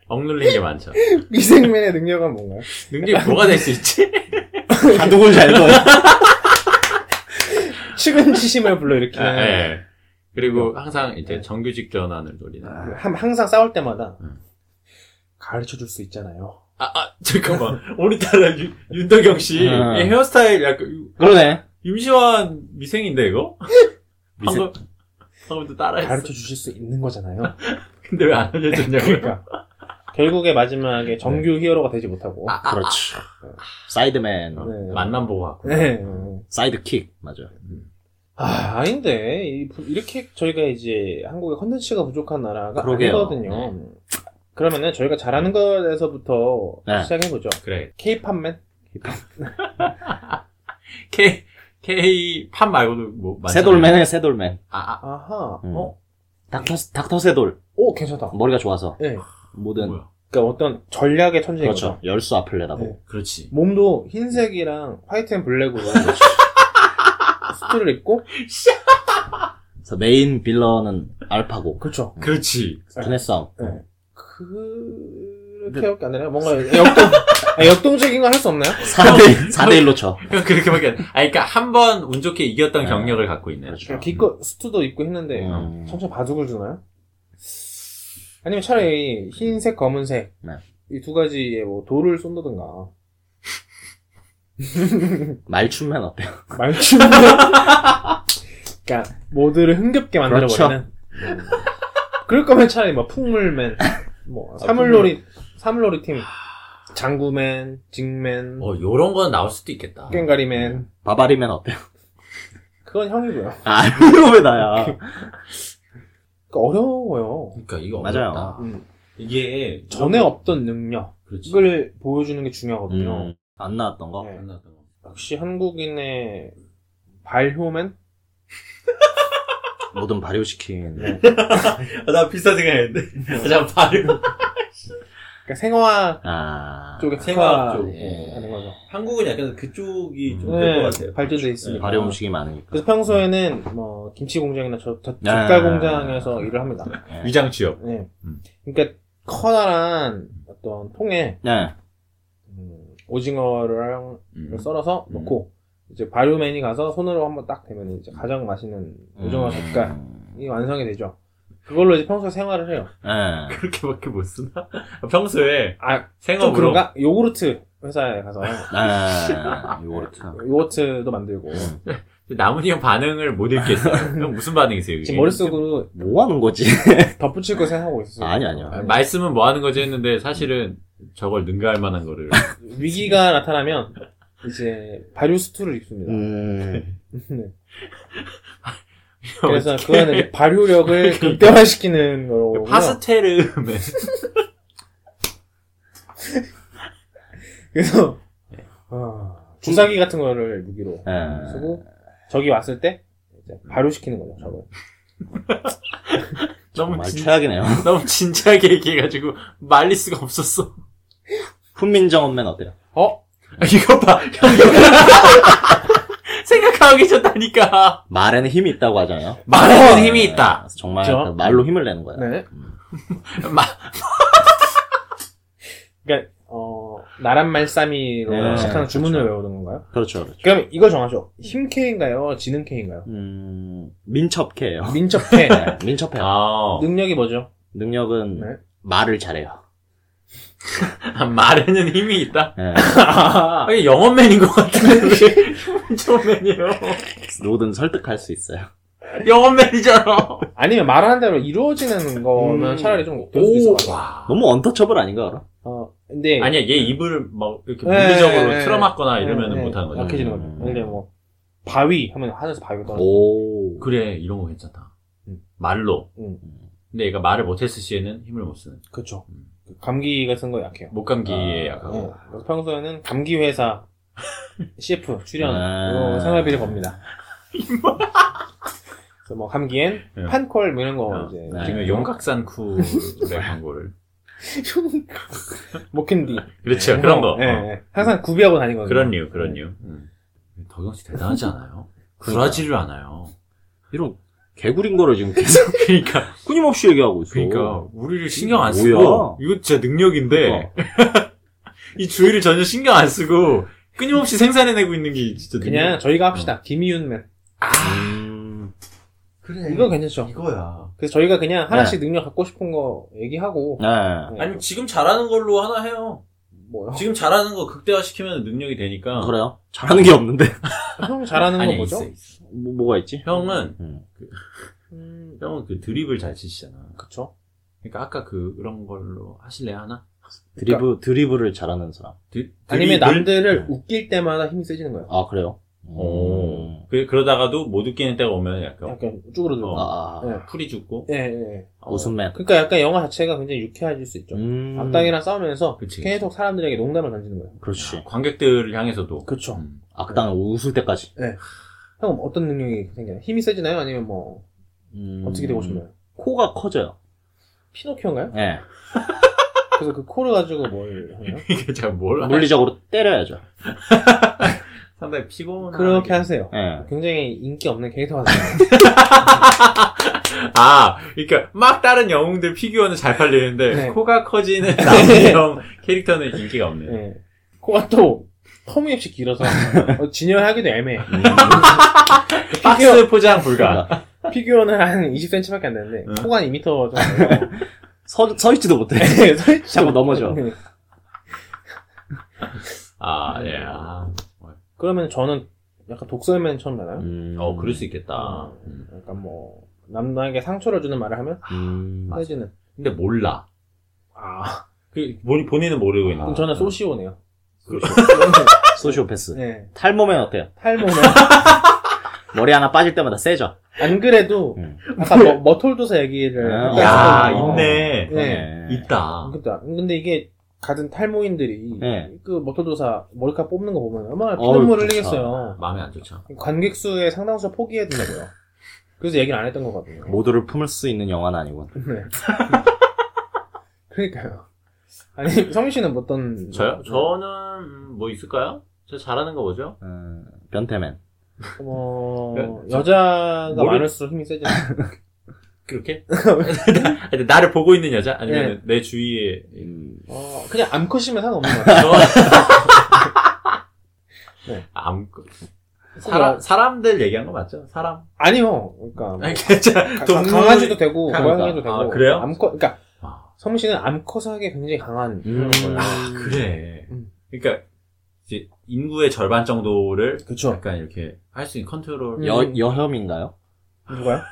[SPEAKER 2] 억눌린 게 많죠.
[SPEAKER 1] 미생맨의 능력은 뭔가요?
[SPEAKER 2] 능력이 뭐가 될 수 있지?
[SPEAKER 3] 가독을 잘
[SPEAKER 1] 네.
[SPEAKER 3] 둬요.
[SPEAKER 1] 측은지심을 불러일으키는.
[SPEAKER 2] 아, 예. 그리고 항상
[SPEAKER 1] 네.
[SPEAKER 2] 이제 정규직 전환을 노리는.
[SPEAKER 1] 그 함- 항상 싸울 때마다
[SPEAKER 2] 음.
[SPEAKER 1] 가르쳐 줄 수 있잖아요.
[SPEAKER 2] 아, 아, 잠깐만. 오늘따라 유- 윤덕영 씨.
[SPEAKER 3] 음.
[SPEAKER 1] 아.
[SPEAKER 2] 이 헤어스타일 약간,
[SPEAKER 3] 그러네.
[SPEAKER 2] 임시완 미생인데, 이거?
[SPEAKER 3] 미생-
[SPEAKER 2] 방금, 방금 또 따라했어.
[SPEAKER 1] 가르쳐 주실 수 있는 거잖아요.
[SPEAKER 2] 근데 왜 안 알려줬냐고.
[SPEAKER 1] 그러니까 결국에 마지막에 정규 히어로가 되지 못하고.
[SPEAKER 2] 아,
[SPEAKER 3] 그렇죠. 사이드맨,
[SPEAKER 1] 네.
[SPEAKER 2] 만남 보고 왔고.
[SPEAKER 1] 네.
[SPEAKER 3] 사이드킥 맞아요.
[SPEAKER 1] 아, 아닌데. 이- 이렇게 저희가 이제 한국의 컨텐츠가 부족한 나라가
[SPEAKER 3] 그러게요. 네.
[SPEAKER 1] 아니거든요. 그러면은 저희가 잘하는 것에서부터
[SPEAKER 3] 네.
[SPEAKER 1] 시작해보죠.
[SPEAKER 2] 그래.
[SPEAKER 1] 케이팝맨?
[SPEAKER 2] K, K, 판 말고도 뭐, 많잖아요.
[SPEAKER 3] 새돌맨의 새돌맨.
[SPEAKER 2] 아, 아,
[SPEAKER 1] 아하.
[SPEAKER 3] 음.
[SPEAKER 1] 어?
[SPEAKER 3] 닥터 닥터 새돌.
[SPEAKER 1] 오, 괜찮다.
[SPEAKER 3] 머리가 좋아서
[SPEAKER 1] 예.
[SPEAKER 3] 모든
[SPEAKER 2] 뭐야.
[SPEAKER 1] 그러니까 어떤 전략의 천재인
[SPEAKER 3] 그렇죠.
[SPEAKER 1] 거죠.
[SPEAKER 3] 열수 앞을 내다보고.
[SPEAKER 1] 네.
[SPEAKER 2] 그렇지.
[SPEAKER 1] 몸도 흰색이랑 화이트 앤 블랙으로 수트를 입고
[SPEAKER 3] 그래서 메인 빌런은 알파고.
[SPEAKER 1] 그렇죠.
[SPEAKER 2] 그렇지.
[SPEAKER 3] 두뇌싸움.
[SPEAKER 1] 네. 그렇게밖에 안 되나요? 뭔가 역동 아니, 역동적인 건 할 수 없나요?
[SPEAKER 3] 4대, 4대1로 쳐.
[SPEAKER 2] 형, 그렇게밖에 안 돼. 아, 그니까, 한 번 운 좋게 이겼던
[SPEAKER 3] 네.
[SPEAKER 2] 경력을 갖고 있네.
[SPEAKER 3] 그렇죠.
[SPEAKER 1] 기껏 수트도 입고 했는데
[SPEAKER 3] 음.
[SPEAKER 1] 천천 바둑을 주나요? 아니면 차라리 흰색, 검은색
[SPEAKER 3] 네.
[SPEAKER 1] 이 두 가지에 뭐 돌을 쏜다든가
[SPEAKER 3] 말춤맨 어때요?
[SPEAKER 1] 말춤 그러니까 모두를 흥겹게 만들어버리는 음. 그럴 거면 차라리 뭐 풍물맨 뭐
[SPEAKER 3] 아,
[SPEAKER 1] 사물놀이 사물놀이 팀 장구맨, 징맨,
[SPEAKER 2] 어, 요런 건 나올 수도 있겠다.
[SPEAKER 1] 그
[SPEAKER 3] 음.
[SPEAKER 1] 깽가리맨
[SPEAKER 3] 바바리맨 어때요?
[SPEAKER 1] 그건 형이고요.
[SPEAKER 3] 아, 이거 왜 나야.
[SPEAKER 1] 그러니까 어려워요.
[SPEAKER 2] 그러니까, 이거
[SPEAKER 3] 맞아요.
[SPEAKER 2] 어렵다.
[SPEAKER 1] 음,
[SPEAKER 2] 이게.
[SPEAKER 1] 전에
[SPEAKER 2] 이런 거-
[SPEAKER 1] 없던 능력을
[SPEAKER 2] 그렇지.
[SPEAKER 1] 보여주는 게 중요하거든요.
[SPEAKER 3] 음, 안 나왔던 거?
[SPEAKER 1] 어. 네.
[SPEAKER 2] 만났던 거.
[SPEAKER 1] 역시 한국인의 발효맨?
[SPEAKER 3] 뭐든 발효시킨.
[SPEAKER 1] 네.
[SPEAKER 2] 아, 나 비슷한 생각했는데. 잠깐 발음.
[SPEAKER 1] 그러니까 생화
[SPEAKER 3] 아.
[SPEAKER 1] 쪽에
[SPEAKER 2] 생화
[SPEAKER 1] 특화
[SPEAKER 2] 쪽.
[SPEAKER 3] 예.
[SPEAKER 1] 하는 거죠.
[SPEAKER 2] 한국은 약간 그쪽이 좀 될
[SPEAKER 1] 네,
[SPEAKER 2] 것 같아요. 그렇죠.
[SPEAKER 1] 발전돼 있습니다.
[SPEAKER 3] 발효 음식이 많으니까.
[SPEAKER 1] 그래서 평소에는 뭐 김치 공장이나 저, 저,
[SPEAKER 2] 네.
[SPEAKER 1] 젓갈 공장에서 일을 합니다.
[SPEAKER 3] 네.
[SPEAKER 2] 위장 취업.
[SPEAKER 1] 네.
[SPEAKER 2] 음.
[SPEAKER 1] 그러니까 커다란 어떤 통에
[SPEAKER 3] 네.
[SPEAKER 1] 음, 오징어를
[SPEAKER 2] 음.
[SPEAKER 1] 썰어서
[SPEAKER 2] 음.
[SPEAKER 1] 넣고 이제 발효맨이 가서 손으로 한번 딱 대면 이제 가장 맛있는
[SPEAKER 2] 음.
[SPEAKER 3] 음.
[SPEAKER 1] 오징어 젓갈이 완성이 되죠. 그걸로 이제 평소 에 생활을 해요.
[SPEAKER 3] 예.
[SPEAKER 2] 그렇게밖에 못 쓰나? 평소에
[SPEAKER 1] 아, 좀
[SPEAKER 2] 생업으로
[SPEAKER 1] 그런가? 요구르트 회사에 가서
[SPEAKER 3] 아, 요거트.
[SPEAKER 1] 요거트도 만들고
[SPEAKER 2] 그 나문이 형 반응을 못 읽겠어. 형 무슨 반응이세요?
[SPEAKER 3] 예.
[SPEAKER 1] 지금 머릿속으로
[SPEAKER 3] 뭐 하는 거지?
[SPEAKER 1] 덧붙일 거 생각하고 있었어요.
[SPEAKER 3] 아니, 아니요.
[SPEAKER 2] 아, 말씀은 뭐 하는 거지 했는데 사실은 저걸 능가할 만한 거를
[SPEAKER 1] 어, 위기가 나타나면 이제 발효 수트를 입습니다.
[SPEAKER 3] 음.
[SPEAKER 1] 네. 그래서 그거는 이제 발효력을 극대화시키는 거로
[SPEAKER 3] 그
[SPEAKER 2] 파스텔음에
[SPEAKER 1] 그래서 아, 주사기 같은 거를 무기로
[SPEAKER 3] 예.
[SPEAKER 1] 쓰고 적이 왔을 때 이제 발효시키는 거죠. 저걸.
[SPEAKER 2] 너무
[SPEAKER 3] 정말
[SPEAKER 2] 진,
[SPEAKER 3] 최악이네요.
[SPEAKER 2] 너무 진지하게 얘기해가지고 말릴 수가 없었어.
[SPEAKER 3] 훈민정음맨 어때요?
[SPEAKER 1] 어?
[SPEAKER 2] 아, 이거 봐, 형 생각하고 계셨다니까.
[SPEAKER 3] 말에는 힘이 있다고 하잖아요. 어.
[SPEAKER 2] 말하는 힘이 있다.
[SPEAKER 3] 그래서 정말
[SPEAKER 1] 그죠?
[SPEAKER 3] 그 말로 힘을 내는 거예요.
[SPEAKER 1] 네.
[SPEAKER 3] 음.
[SPEAKER 2] 마,
[SPEAKER 1] 그러니까 어 나란 말싸미로
[SPEAKER 3] 네,
[SPEAKER 1] 시작하는
[SPEAKER 3] 그렇죠.
[SPEAKER 1] 주문을 외우는 건가요?
[SPEAKER 3] 그렇죠, 그렇죠.
[SPEAKER 1] 그럼 이걸 정하죠. 힘캐인가요? 지능캐인가요?
[SPEAKER 3] 음, 민첩해요.
[SPEAKER 1] 민첩캐.
[SPEAKER 3] 네, 민첩해요.
[SPEAKER 2] 아,
[SPEAKER 1] 어. 능력이 뭐죠?
[SPEAKER 3] 능력은
[SPEAKER 1] 네.
[SPEAKER 3] 말을 잘해요.
[SPEAKER 2] 말에는 힘이 있다.
[SPEAKER 3] 예.
[SPEAKER 2] 아, 이게 영어맨인 것 같은데 왜 휴먼맨이에요?
[SPEAKER 3] 누구든 설득할 수 있어요.
[SPEAKER 2] 영어맨이잖아.
[SPEAKER 1] 아니면 말하는 대로 이루어지는 거면
[SPEAKER 3] 음.
[SPEAKER 1] 차라리 좀 될 수도 있을 것 같아요.
[SPEAKER 2] 와.
[SPEAKER 3] 너무 언터처블 아닌가, 알아?
[SPEAKER 1] 어, 근데
[SPEAKER 2] 아니야, 얘 입을 막 이렇게
[SPEAKER 1] 네,
[SPEAKER 2] 물리적으로
[SPEAKER 1] 네,
[SPEAKER 2] 틀어막거나
[SPEAKER 1] 네,
[SPEAKER 2] 이러면
[SPEAKER 1] 네,
[SPEAKER 2] 은 못하는 거잖아.
[SPEAKER 1] 약해지는 거죠.
[SPEAKER 3] 음.
[SPEAKER 1] 근데 뭐 바위 하면 하늘에서 바위가 떨어져.
[SPEAKER 3] 오.
[SPEAKER 2] 그래, 이런 거 괜찮다.
[SPEAKER 1] 음.
[SPEAKER 2] 말로.
[SPEAKER 1] 음.
[SPEAKER 2] 근데 얘가 말을 못했을 시에는 힘을 못 쓰는.
[SPEAKER 1] 그렇죠.
[SPEAKER 2] 음.
[SPEAKER 1] 감기 같은 거 약해요.
[SPEAKER 2] 목감기에
[SPEAKER 3] 아,
[SPEAKER 2] 약하고.
[SPEAKER 1] 어, 그래서 평소에는 감기 회사 CF 출연
[SPEAKER 3] 아.
[SPEAKER 1] 이거 생활비를 법니다. 그래서 뭐 감기엔
[SPEAKER 2] 뭐. 네.
[SPEAKER 1] 판콜 뭐 이런 거
[SPEAKER 2] 어,
[SPEAKER 1] 이제
[SPEAKER 3] 네.
[SPEAKER 2] 지금 용각산 쿨의 광고를.
[SPEAKER 1] 목캔디
[SPEAKER 2] 그렇죠, 그런 거.
[SPEAKER 1] 예,
[SPEAKER 2] 어.
[SPEAKER 1] 예. 항상 구비하고 다니거든요.
[SPEAKER 2] 그런 이유, 그런
[SPEAKER 1] 네.
[SPEAKER 2] 이유. 음. 덕영 씨 대단하지 않아요? 굴하지를 않아요.
[SPEAKER 3] 이런 개구린 거를 지금 계속
[SPEAKER 2] 그러니까,
[SPEAKER 3] 끊임없이 얘기하고 있어.
[SPEAKER 2] 그러니까 어. 우리를 신경 안 쓰고
[SPEAKER 3] 뭐야?
[SPEAKER 2] 이거 진짜 능력인데
[SPEAKER 3] 그러니까.
[SPEAKER 2] 이 주위를 전혀 신경 안 쓰고 끊임없이 생산해내고 있는 게 진짜
[SPEAKER 1] 그냥 어.
[SPEAKER 2] 능력.
[SPEAKER 1] 저희가 합시다. 김이윤맨.
[SPEAKER 3] 음,
[SPEAKER 2] 그래
[SPEAKER 1] 이거 괜찮죠.
[SPEAKER 2] 이거야.
[SPEAKER 1] 그래서 저희가 그냥 하나씩 능력 갖고 싶은 거 얘기하고
[SPEAKER 3] 네.
[SPEAKER 1] 네.
[SPEAKER 2] 아니 지금 잘하는 걸로 하나 해요.
[SPEAKER 1] 뭐요?
[SPEAKER 2] 지금 잘하는 거 극대화 시키면 능력이 되니까.
[SPEAKER 3] 그래요. 잘하는 게 없는데.
[SPEAKER 1] 형 잘하는 거
[SPEAKER 2] 아니,
[SPEAKER 1] 뭐죠?
[SPEAKER 2] 있어, 있어.
[SPEAKER 3] 뭐, 뭐가 있지?
[SPEAKER 2] 형은
[SPEAKER 3] 음.
[SPEAKER 1] 음,
[SPEAKER 2] 형은 그 드립을 잘 치시잖아.
[SPEAKER 1] 그쵸.
[SPEAKER 2] 그러니까 아까 그 그런 걸로 하실래 하나?
[SPEAKER 3] 드리브, 드리브를 잘하는 사람.
[SPEAKER 2] 드,
[SPEAKER 1] 아니면
[SPEAKER 2] 드립을?
[SPEAKER 1] 남들을 웃길 때마다 힘이 세지는 거예요.
[SPEAKER 3] 아, 그래요?
[SPEAKER 2] 오.
[SPEAKER 3] 음.
[SPEAKER 2] 그, 그러다가도 못 웃기는 때가 오면 약간
[SPEAKER 1] 약간 아, 쭈그러들고.
[SPEAKER 2] 어.
[SPEAKER 3] 아,
[SPEAKER 1] 네.
[SPEAKER 2] 풀이 죽고.
[SPEAKER 1] 예, 예, 예.
[SPEAKER 2] 어,
[SPEAKER 3] 웃음맨.
[SPEAKER 1] 그러니까 약간 영화 자체가 굉장히 유쾌해질 수 있죠.
[SPEAKER 3] 음.
[SPEAKER 1] 악당이랑 싸우면서
[SPEAKER 2] 그치.
[SPEAKER 1] 계속 사람들에게 농담을 던지는 거예요.
[SPEAKER 3] 그렇지.
[SPEAKER 2] 관객들을 향해서도.
[SPEAKER 1] 그쵸.
[SPEAKER 2] 음.
[SPEAKER 3] 악당은 웃을 때까지.
[SPEAKER 1] 형 어떤 능력이 생겨요? 힘이 세지나요? 아니면 뭐
[SPEAKER 3] 음.
[SPEAKER 1] 어떻게 되고 싶나요?
[SPEAKER 3] 코가 커져요.
[SPEAKER 1] 피노키오인가요?
[SPEAKER 3] 예.
[SPEAKER 1] 그래서 그 코를 가지고 뭘 하나요?
[SPEAKER 2] 이게 제가 뭘 하나?
[SPEAKER 3] 물리적으로 때려야죠.
[SPEAKER 2] 상당히 피곤한.
[SPEAKER 1] 그렇게 하세요.
[SPEAKER 3] 예.
[SPEAKER 1] 굉장히 인기 없는 캐릭터가 돼요.
[SPEAKER 2] 아, 그러니까 막 다른 영웅들 피규어는 잘 팔리는데
[SPEAKER 1] 네.
[SPEAKER 2] 코가 커지는 남형 캐릭터는 인기가 없네요.
[SPEAKER 1] 예. 코가 또 터무니없이 길어서 어, 진열하기도 애매해. 피규어,
[SPEAKER 2] 그 박스 포장 불가.
[SPEAKER 3] 그러니까.
[SPEAKER 1] 피규어는 한 20cm밖에 안 되는데
[SPEAKER 2] 응.
[SPEAKER 1] 코가 한 2m 정도.
[SPEAKER 3] 서, 예, 서 있지도 못해.
[SPEAKER 1] 네, 서 있죠.
[SPEAKER 3] 자꾸 넘어져.
[SPEAKER 1] 네. 음.
[SPEAKER 2] 아, 예. 아,
[SPEAKER 1] 그러면 저는 약간 독설맨 처음 나나요?
[SPEAKER 3] 음.
[SPEAKER 2] 어, 그럴 수 있겠다. 음.
[SPEAKER 1] 약간 뭐 남에게 상처를 주는 말을 하면
[SPEAKER 3] 음.
[SPEAKER 1] 세지는.
[SPEAKER 2] 근데 몰라.
[SPEAKER 1] 아,
[SPEAKER 2] 그 본, 본인은 모르고 있는
[SPEAKER 1] 그럼
[SPEAKER 2] 거.
[SPEAKER 1] 저는 소시오네요.
[SPEAKER 2] 그-
[SPEAKER 3] 소시오패스.
[SPEAKER 1] 네,
[SPEAKER 3] 탈모면 어때요?
[SPEAKER 1] 탈모는
[SPEAKER 3] 머리 하나 빠질 때마다 세죠.
[SPEAKER 1] 안 그래도
[SPEAKER 3] 음.
[SPEAKER 1] 아까 뭐, 머털도사 얘기를
[SPEAKER 3] 아,
[SPEAKER 1] 잠깐
[SPEAKER 2] 야,
[SPEAKER 1] 했었거든요.
[SPEAKER 2] 있네.
[SPEAKER 1] 네.
[SPEAKER 2] 있다.
[SPEAKER 1] 그러니까 근데 이게 같은 탈모인들이
[SPEAKER 3] 네.
[SPEAKER 1] 그 머털도사 머리카락 뽑는 거 보면 얼마나
[SPEAKER 3] 어우,
[SPEAKER 1] 피눈물 을
[SPEAKER 3] 좋다.
[SPEAKER 1] 흘리겠어요.
[SPEAKER 2] 마음에 안 좋죠.
[SPEAKER 1] 관객 수의 상당수 포기해야 된다고요. 그래서 얘기를 안 했던 거거든요.
[SPEAKER 3] 모두를 품을 수 있는 영화는 아니고.
[SPEAKER 1] 네. 그러니까요. 아니 성민 씨는 어떤
[SPEAKER 2] 저요? 저는 뭐 있을까요? 저 잘하는 거 뭐죠?
[SPEAKER 3] 음, 변태맨.
[SPEAKER 1] 뭐
[SPEAKER 2] 네, 저-
[SPEAKER 1] 여자가
[SPEAKER 2] 머리-
[SPEAKER 1] 많을수록 힘이 세지 않아요?
[SPEAKER 2] 그렇게? 나- 나를 보고 있는 여자? 아니면
[SPEAKER 1] 네.
[SPEAKER 2] 내 주위에
[SPEAKER 3] 음,
[SPEAKER 1] 어, 그냥 암컷이면 상관없는 거 같아요.
[SPEAKER 2] 저-
[SPEAKER 1] 네.
[SPEAKER 2] 암컷. 사람, 사람들 얘기한 거 맞죠? 사람.
[SPEAKER 1] 아니요. 그러니까 뭐
[SPEAKER 2] 아니, 괜찮아.
[SPEAKER 1] 가-
[SPEAKER 2] 동물.
[SPEAKER 1] 강아지도 되고
[SPEAKER 3] 강아지다.
[SPEAKER 1] 고양이도 되고
[SPEAKER 2] 아, 그래요?
[SPEAKER 1] 암컷 그러니까
[SPEAKER 2] 아, 음.
[SPEAKER 1] 성민 씨는 암컷하게 굉장히 강한 그런 거예요.
[SPEAKER 3] 아,
[SPEAKER 2] 그래.
[SPEAKER 1] 음.
[SPEAKER 2] 그러니까 이제 인구의 절반 정도를
[SPEAKER 1] 그렇죠.
[SPEAKER 2] 약간 이렇게 할 수 있는 컨트롤.
[SPEAKER 1] 음.
[SPEAKER 3] 여, 여혐인가요?
[SPEAKER 1] 누가요?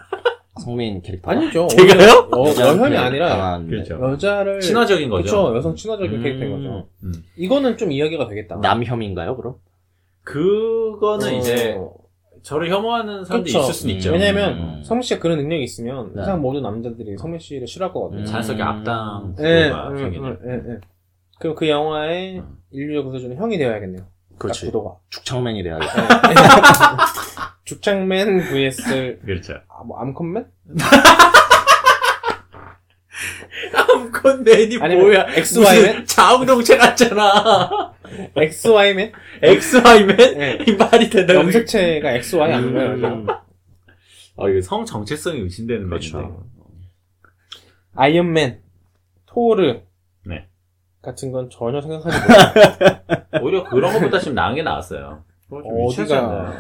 [SPEAKER 3] 성민 캐릭터.
[SPEAKER 1] 아니죠.
[SPEAKER 2] 제가요?
[SPEAKER 1] 오히려 여, 여혐이 아니라
[SPEAKER 2] 그렇죠.
[SPEAKER 1] 여자를
[SPEAKER 2] 친화적인 거죠.
[SPEAKER 1] 네. 그렇죠. 여성 친화적인
[SPEAKER 3] 음.
[SPEAKER 1] 캐릭터인 거죠.
[SPEAKER 2] 음.
[SPEAKER 1] 이거는 좀 이야기가 되겠다.
[SPEAKER 3] 남혐인가요, 그럼?
[SPEAKER 2] 그거는
[SPEAKER 1] 어,
[SPEAKER 2] 이제 저를 혐오하는 사람도
[SPEAKER 1] 그쵸.
[SPEAKER 2] 있을 수는 있죠.
[SPEAKER 1] 왜냐- 왜냐면
[SPEAKER 3] 음.
[SPEAKER 1] 성민 씨가 그런 능력이 있으면
[SPEAKER 3] 네.
[SPEAKER 1] 세상 모든 남자들이 성민 씨를 싫어할 것 같아요.
[SPEAKER 3] 음.
[SPEAKER 2] 자연스럽게 악당
[SPEAKER 1] 예,
[SPEAKER 2] 구도가
[SPEAKER 1] 음,
[SPEAKER 2] 생기죠.
[SPEAKER 1] 음, 예, 예. 그럼 그 영화의
[SPEAKER 2] 음.
[SPEAKER 1] 인류를 구해주는 형이 되어야겠네요. 딱
[SPEAKER 3] 그렇지.
[SPEAKER 1] 구도가.
[SPEAKER 3] 죽창맨이 돼야겠다.
[SPEAKER 1] 죽창맨 vs
[SPEAKER 2] 그렇죠.
[SPEAKER 1] 아, 뭐 암컷맨?
[SPEAKER 2] 암컷맨이
[SPEAKER 1] 아니면
[SPEAKER 2] 뭐야?
[SPEAKER 1] XY맨?
[SPEAKER 2] 무슨 자웅동체 같잖아.
[SPEAKER 1] XY맨?
[SPEAKER 2] XY맨?
[SPEAKER 1] 예.
[SPEAKER 2] 이 말이 된다.
[SPEAKER 1] 염색체가 XY 아니고요.
[SPEAKER 3] 음.
[SPEAKER 2] 아, 이거 성 정체성이 의심되는
[SPEAKER 3] 그렇죠.
[SPEAKER 2] 말인데.
[SPEAKER 1] 아이언맨, 토르
[SPEAKER 2] 네.
[SPEAKER 1] 같은 건 전혀 생각하지 못해요.
[SPEAKER 2] 오히려 그런 것보다 지금 나은 게 나았어요.
[SPEAKER 1] 어디가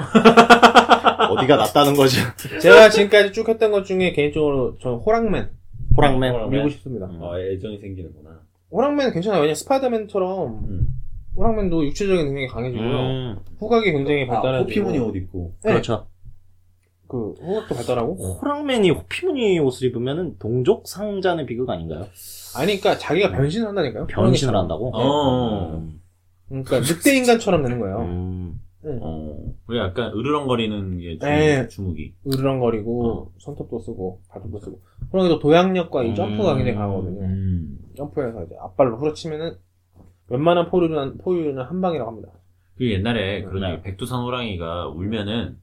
[SPEAKER 3] 어디가 낫다는 거지?
[SPEAKER 1] 제가 지금까지 쭉 했던 것 중에 개인적으로 저는 호랑맨
[SPEAKER 3] 호랑맨.
[SPEAKER 2] 호랑맨.
[SPEAKER 1] 밀고 싶습니다.
[SPEAKER 3] 음.
[SPEAKER 2] 어, 애정이 생기는구나.
[SPEAKER 1] 호랑맨은 괜찮아요. 왜냐 스파이더맨처럼
[SPEAKER 2] 음.
[SPEAKER 1] 호랑맨도 육체적인 능력이 강해지고요.
[SPEAKER 3] 음.
[SPEAKER 1] 후각이 굉장히 발달하고
[SPEAKER 2] 아, 옷 입고.
[SPEAKER 1] 네.
[SPEAKER 3] 그렇죠.
[SPEAKER 1] 그 후각도 발달하고
[SPEAKER 3] 호랑맨이 호피무늬 옷을 입으면 동족 상자는 비극 아닌가요?
[SPEAKER 1] 아니 그러니까 자기가 변신을 한다니까요.
[SPEAKER 3] 음. 변신을
[SPEAKER 1] 호랑이처럼.
[SPEAKER 3] 한다고?
[SPEAKER 2] 어.
[SPEAKER 3] 음.
[SPEAKER 1] 그러니까 늑대 인간처럼 되는 거예요.
[SPEAKER 3] 음.
[SPEAKER 2] 어. 그래, 약간 으르렁거리는 게 주,
[SPEAKER 1] 네.
[SPEAKER 2] 주목이.
[SPEAKER 1] 으르렁거리고
[SPEAKER 2] 어.
[SPEAKER 1] 손톱도 쓰고 발톱도 쓰고 호랑이도 도약력과 이 점프가
[SPEAKER 3] 음.
[SPEAKER 1] 굉장히 강하거든요.
[SPEAKER 2] 음.
[SPEAKER 1] 점프해서 이제 앞발로 후려치면은 웬만한 포유류는 포유류는 한 방이라고 합니다.
[SPEAKER 2] 그 옛날에 그러냐
[SPEAKER 3] 네.
[SPEAKER 2] 백두산 호랑이가 울면은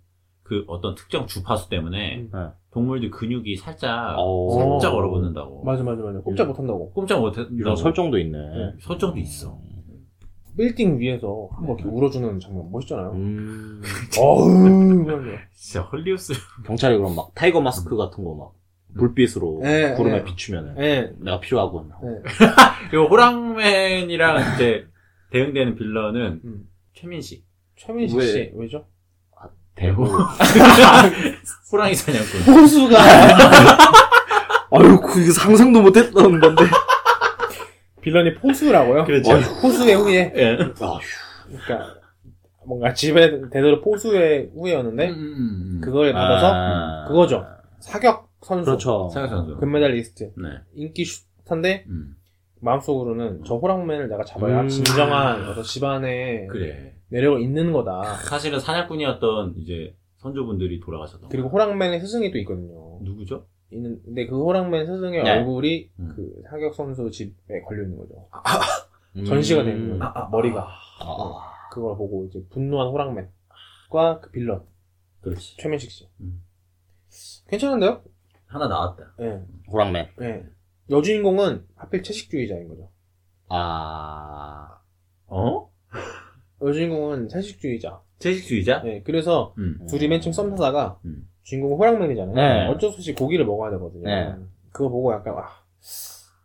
[SPEAKER 2] 그 어떤 특정 주파수 때문에
[SPEAKER 1] 음.
[SPEAKER 3] 네.
[SPEAKER 2] 동물들 근육이 살짝
[SPEAKER 3] 어.
[SPEAKER 2] 어. 살짝 얼어붙는다고
[SPEAKER 1] 맞아 맞아 맞아. 꼼짝 못 한다고.
[SPEAKER 2] 꼼짝 못했다고
[SPEAKER 3] 이런 설정도 있네.
[SPEAKER 2] 설정도 있어
[SPEAKER 1] 빌딩 위에서 한번 이렇게 울어주는 장면 멋있잖아요.
[SPEAKER 3] 음.
[SPEAKER 1] 어우 그러네요.
[SPEAKER 2] 진짜 헐리우스
[SPEAKER 3] 경찰이 그럼 막 타이거 마스크 같은 거 막 불빛으로
[SPEAKER 1] 음. 예,
[SPEAKER 3] 구름에
[SPEAKER 1] 예.
[SPEAKER 3] 비추면은
[SPEAKER 1] 예.
[SPEAKER 3] 내가 필요하군.
[SPEAKER 1] 예.
[SPEAKER 2] 그리고 호랑맨이랑 이제 대응되는 빌런은
[SPEAKER 1] 음.
[SPEAKER 2] 최민식
[SPEAKER 1] 최민식
[SPEAKER 3] 왜?
[SPEAKER 1] 씨 왜죠?
[SPEAKER 2] 대호 호랑이 사냥꾼
[SPEAKER 1] 호수가
[SPEAKER 3] 아유, 그 상상도 못했던 건데.
[SPEAKER 1] 빌런이 포수라고요. 어,
[SPEAKER 2] 그렇죠.
[SPEAKER 1] 포수의 후예.
[SPEAKER 2] 예
[SPEAKER 3] 아휴.
[SPEAKER 1] 그러니까 뭔가 집에 대대로 포수의 후예였는데
[SPEAKER 2] 음, 음, 음.
[SPEAKER 1] 그걸 받아서
[SPEAKER 3] 아.
[SPEAKER 1] 그거죠. 사격 선수
[SPEAKER 3] 그렇죠.
[SPEAKER 2] 사격선수
[SPEAKER 1] 금메달리스트
[SPEAKER 2] 네
[SPEAKER 1] 인기 슈터인데
[SPEAKER 2] 음.
[SPEAKER 1] 마음속으로는 저 호랑맨을 내가 잡아야
[SPEAKER 3] 음.
[SPEAKER 1] 진정한 어떤 집안의
[SPEAKER 2] 그래
[SPEAKER 1] 매력이 있는 거다.
[SPEAKER 2] 사실은 사냥꾼이었던 이제 선조분들이 돌아가셨던
[SPEAKER 1] 그리고
[SPEAKER 2] 거예요.
[SPEAKER 1] 호랑맨의 스승이 또 있거든요.
[SPEAKER 2] 누구죠?
[SPEAKER 1] 있는, 근데 그 호랑맨 스승의
[SPEAKER 3] 네.
[SPEAKER 1] 얼굴이
[SPEAKER 2] 음.
[SPEAKER 1] 그 사격 선수 집에 걸려 있는 거죠.
[SPEAKER 3] 음.
[SPEAKER 1] 전시가 되는 거예요. 머리가
[SPEAKER 3] 아.
[SPEAKER 1] 그걸 보고 이제 분노한 호랑맨과 그 빌런
[SPEAKER 2] 그렇지
[SPEAKER 1] 최민식 씨.
[SPEAKER 2] 음.
[SPEAKER 1] 괜찮은데요?
[SPEAKER 2] 하나 나왔다
[SPEAKER 1] 예.
[SPEAKER 3] 호랑맨.
[SPEAKER 1] 예. 여주인공은 하필 채식주의자인 거죠.
[SPEAKER 3] 아.
[SPEAKER 2] 어?
[SPEAKER 1] 여주인공은 채식주의자.
[SPEAKER 2] 채식주의자?
[SPEAKER 1] 예. 그래서
[SPEAKER 2] 음.
[SPEAKER 1] 둘이 맨 처음 썸 타다가
[SPEAKER 2] 음.
[SPEAKER 1] 주인공은 호랑맨이잖아요.
[SPEAKER 3] 네.
[SPEAKER 1] 어쩔 수 없이 고기를 먹어야 되거든요.
[SPEAKER 3] 네.
[SPEAKER 1] 그거 보고 약간 와,